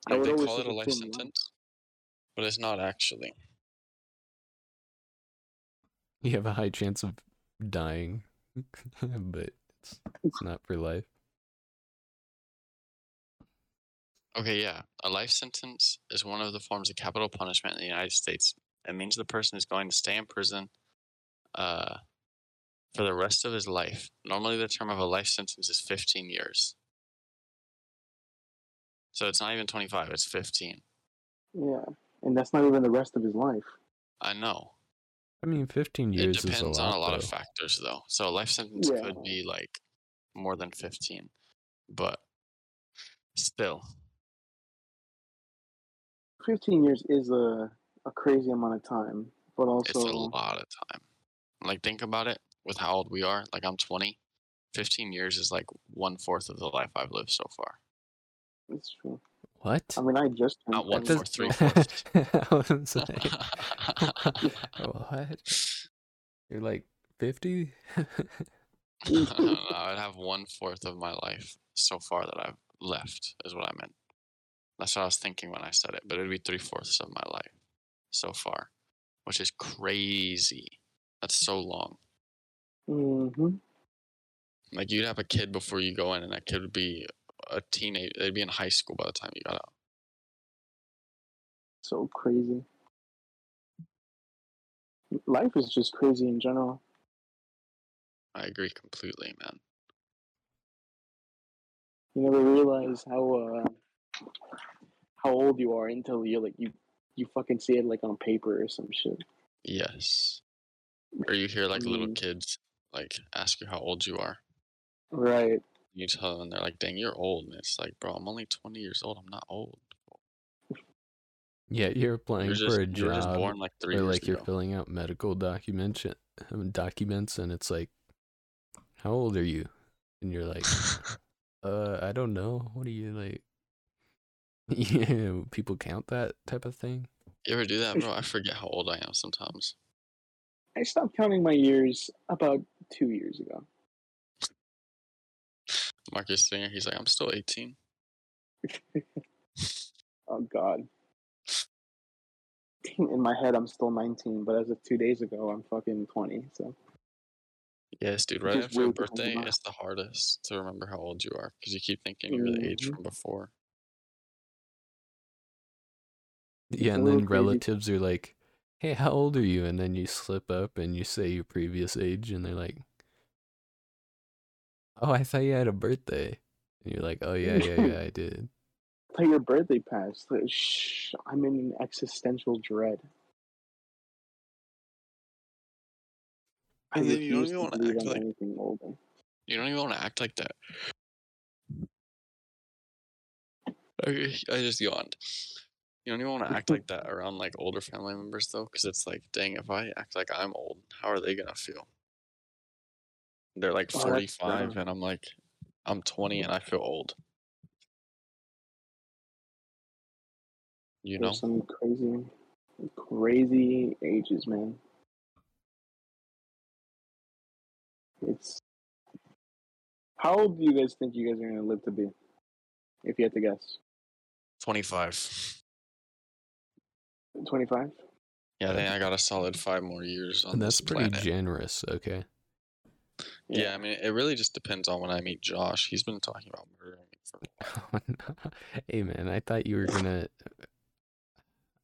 I No, would they always call it think a of life Tim Roth. sentence, but it's not actually. You have a high chance of dying, but it's, it's not for life. Okay, yeah. A life sentence is one of the forms of capital punishment in the United States. It means the person is going to stay in prison uh, for the rest of his life. Normally, the term of a life sentence is 15 years. So it's not even 25, it's 15. Yeah, and that's not even the rest of his life. I know. I mean, 15 years it depends is a lot. on a lot of though. factors, though. So a life sentence Yeah. could be like more than 15, but still, Fifteen years is a a crazy amount of time, but also it's a lot of time. Like, think about it with how old we are. Like, I'm 20. 15 years is like one fourth of the life I've lived so far. it's true. What? I mean, I just turned Not one Does- 30. fourth, three fourths. I was like, what? You're like 50? I'd have one fourth of my life so far that I've left, is what I meant. That's what I was thinking when I said it, but it'd be three fourths of my life so far, which is crazy. That's so long. Mhm. Like, you'd have a kid before you go in, and that kid would be a teenage. They'd be in high school by the time you got out. So crazy. Life is just crazy in general. I agree completely, man. You never realize how uh, how old you are until you like you you fucking see it like on paper or some shit. Yes. Or you hear like little Mm. kids like ask you how old you are. Right. You tell them they're like, "Dang, you're old." And it's like, "Bro, I'm only 20 years old. I'm not old. Yeah, you're applying You're just, for a you were just job. born like three or years like you're ago." filling out medical document um, documents and it's like how old are you and you're like uh i don't know what are you like yeah people count that type of thing you ever do that, bro? I forget how old I am sometimes. I stopped counting my years about two years ago. Marcus Singer, he's like, "I'm still 18." Oh God. In my head, I'm still 19, but as of two days ago, I'm fucking 20. So Yes, dude. Right Just after your wait till I'm birthday, not. it's the hardest to remember how old you are because you keep thinking you're the age Mhm. from before. yeah a and little then crazy. relatives are like hey how old are you and then you slip up and you say your previous age and they're like oh i thought you had a birthday and you're like oh yeah yeah yeah i did till your birthday passed, like, shh, I'm in an existential dread. I And then you don't refuse even to wanna believe act I'm like- anything older. You don't even want to act like that. Okay, I just yawned. You don't even want to act like that around like older family members though, because it's like, dang, if I act like I'm old, how are they gonna feel? They're like Oh, that's 45, dumb. and I'm like, I'm 20, and I feel old. You know, There's some crazy, crazy ages, man. It's how old do you guys think you guys are gonna live to be? If you had to guess, 25. 25. Yeah, I think I got a solid five more years on and that's this pretty planet. generous okay yeah. I mean, it really just depends on when I meet Josh. He's been talking about murdering me for hey man, I thought you were gonna.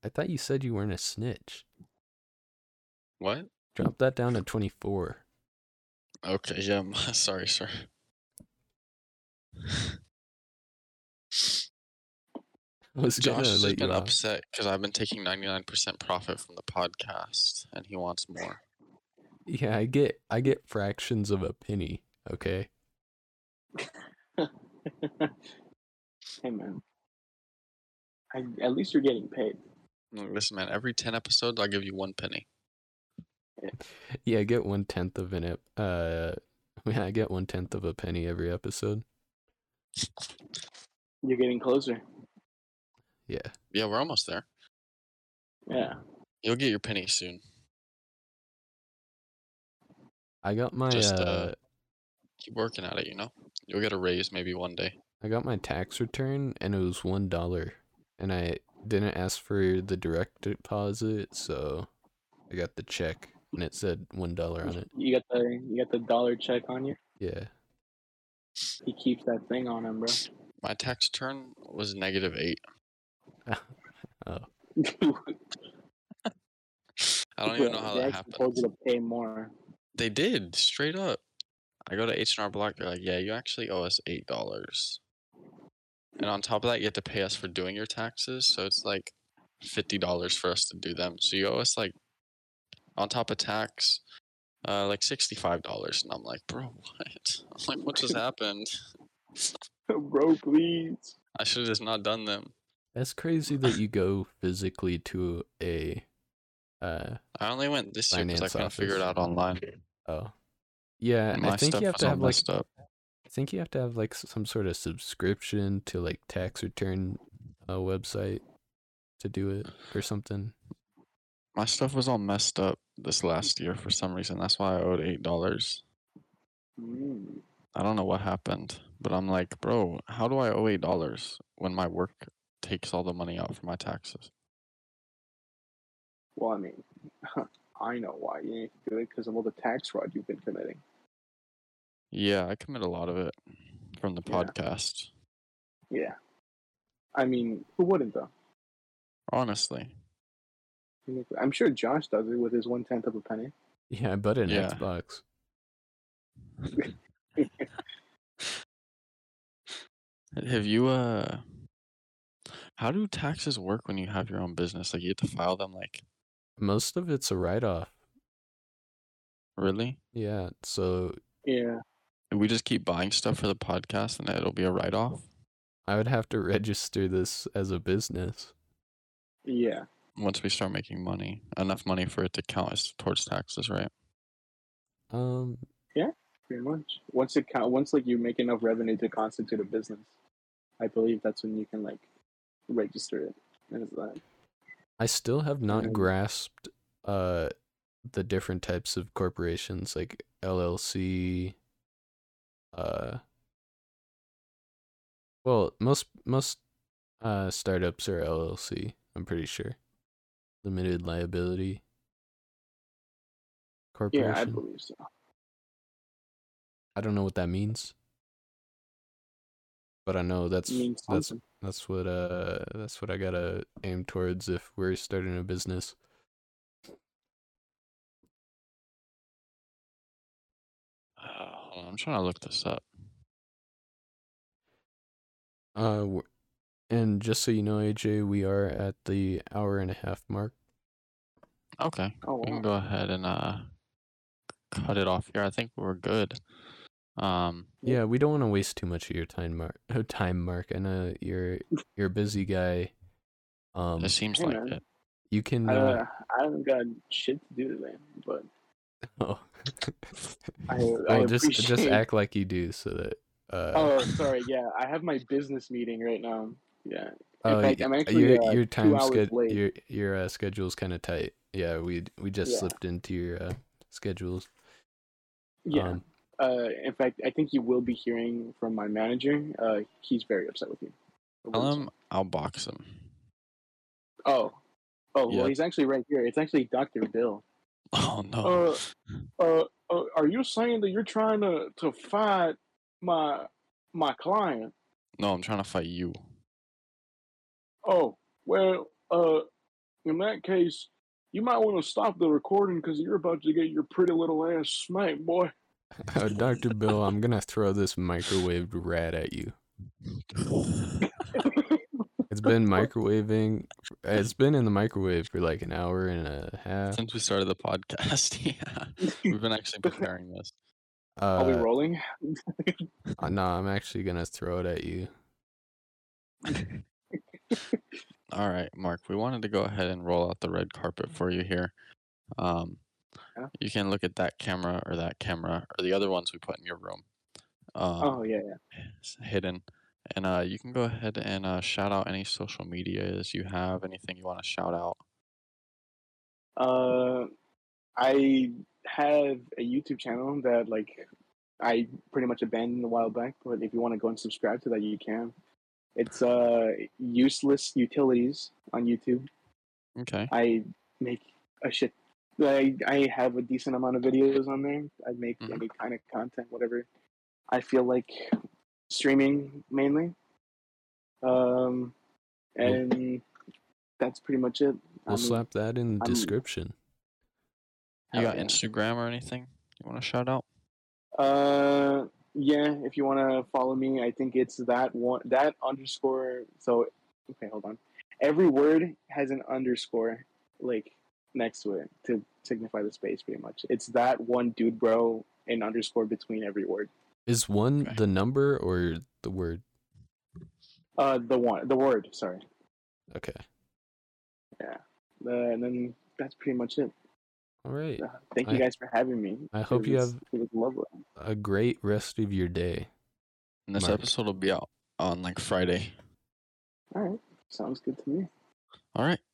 I thought you said you weren't a snitch. what? Drop that down to twenty four. Okay, yeah, I'm sorry, sir. I was Josh gonna has let just you been off. upset because I've been taking 99% profit from the podcast and he wants more. Yeah, I get I get fractions of a penny. Okay, hey man, I, at least you're getting paid. Look, Listen, man, every 10 episodes, I'll give you one penny. yeah, I get one tenth of an ep- uh, yeah, I get one tenth of a penny every episode. You're getting closer. Yeah, Yeah, we're almost there. Yeah. You'll get your penny soon. I got my Just, uh, uh, Keep working at it, you know? You'll get a raise maybe one day. I got my tax return and it was one dollar, and I didn't ask for the direct deposit, so I got the check and it said one dollar on it. You got the you got the dollar check on you. Yeah, He keeps that thing on him, bro. My tax return was negative eight. I don't even know how they that actually told happened. you to pay more. They did straight up. I go to H and R Block. They're like, "Yeah, you actually owe us eight dollars, and on top of that, you have to pay us for doing your taxes. So it's like fifty dollars for us to do them. So you owe us like, on top of tax, uh, like sixty-five dollars." And I'm like, "Bro, what? I'm like, what just happened? bro, please. I should have just not done them. that's crazy that you go physically to a. Uh I only went this year because I Finance couldn't figure it office. out online. oh, yeah. And I think you have was to all have like messed up. I think you have to have like s- some sort of subscription to like tax return uh, website to do it or something. My stuff was all messed up this last year for some reason. That's why I owed eight dollars. Mm. I don't know what happened, but I'm like, bro, how do I owe eight dollars when my work takes all the money out for my taxes? Well, I mean, I know why you ain't do it because of all the tax fraud you've been committing. Yeah, I commit a lot of it from the Yeah. podcast. Yeah. I mean, who wouldn't though? Honestly, I'm sure Josh does it with his one tenth of a penny. Yeah, I bought an Yeah. Xbox. have you uh, how do taxes work when you have your own business? Like you have to file them. Like Most of it's a write off. really? Yeah, so Yeah. We just keep buying stuff for the podcast, and it'll be a write off. I would have to register this as a business. Yeah. once we start making money, enough money for it to count as towards taxes, right? Um, Pretty much. Once it count, once like you make enough revenue to constitute a business, I believe that's when you can like register it. And it's like, I still have Yeah. not grasped uh the different types of corporations like LLC uh well most most uh startups are LLC I'm pretty sure limited liability corporation yeah, I believe so. I don't know what that means but I know that's It means that's something. that's what uh that's what I gotta aim towards if we're starting a business. Uh, hold on, I'm trying to look this up. Uh, w- and just so you know, AJ, we are at the hour and a half mark. Okay, Oh we can wow. go ahead and uh cut it off here. I think we're good. Um, Yeah. Yeah, we don't want to waste too much of your time, Mark. Oh, time, Mark. I know you're you're a busy guy. Um, it seems hey, like man. it. you can. I, Uh, uh, I haven't got shit to do today, but oh. I, I well, just just appreciate- act like you do, so that. Uh, Oh, sorry. Yeah, I have my business meeting right now. Yeah. oh, fact, y- I'm actually, your uh, your two time hours sched- late. your your uh, schedule's kind of tight. Yeah, we we just Yeah. slipped into your uh, schedules. Yeah. Um, uh, in fact, I think you will be hearing from my manager. Uh, he's very upset with you. Tell him I'll box him. Oh. Oh, Yeah. well, he's actually right here. It's actually Dr. Bill. Oh no! Uh, uh, uh, are you saying that you're trying to, to fight my my client? no, I'm trying to fight you. Oh, well, uh, in that case, you might want to stop the recording because you're about to get your pretty little ass smacked, boy. oh, Doctor Bill, I'm gonna throw this microwaved rat at you. It's been microwaving. It's been in the microwave for like an hour and a half. Since we started the podcast, yeah, we've been actually preparing this. Are we Uh, rolling? uh, no, I'm actually gonna throw it at you. All right, Mark, we wanted to go ahead and roll out the red carpet for you here. Um, Yeah. You can look at that camera or that camera or the other ones we put in your room um, Oh, yeah, s- hidden. And uh, you can go ahead and uh, shout out any social medias you have, anything you want to shout out. Uh, I have a YouTube channel that like I pretty much abandoned a while back, but if you want to go and subscribe to that, you can. It's uh useless utilities on YouTube. Okay. I make a shit. I I have a decent amount of videos on there. I make Mhm. any kind of content, whatever. I feel like streaming mainly. Um, and that's pretty much it. I We'll mean, slap that in the I'm- description. You hell got yeah. Instagram or anything you want to shout out? Uh, yeah. If you want to follow me, I think it's that one that underscore. So, okay, hold on. Every word has an underscore, like next to it to signify the space. Pretty much, it's that one dude, bro, an underscore between every word. Is one Okay. the number or the word? Uh, the one, the word. Sorry. Okay. Uh, and then that's pretty much it. All right. Uh, thank you I- guys for having me. I hope It you was- have- It was lovely. A great rest of your day. And this Mark. episode will be out on like Friday. All right, sounds good to me. All right.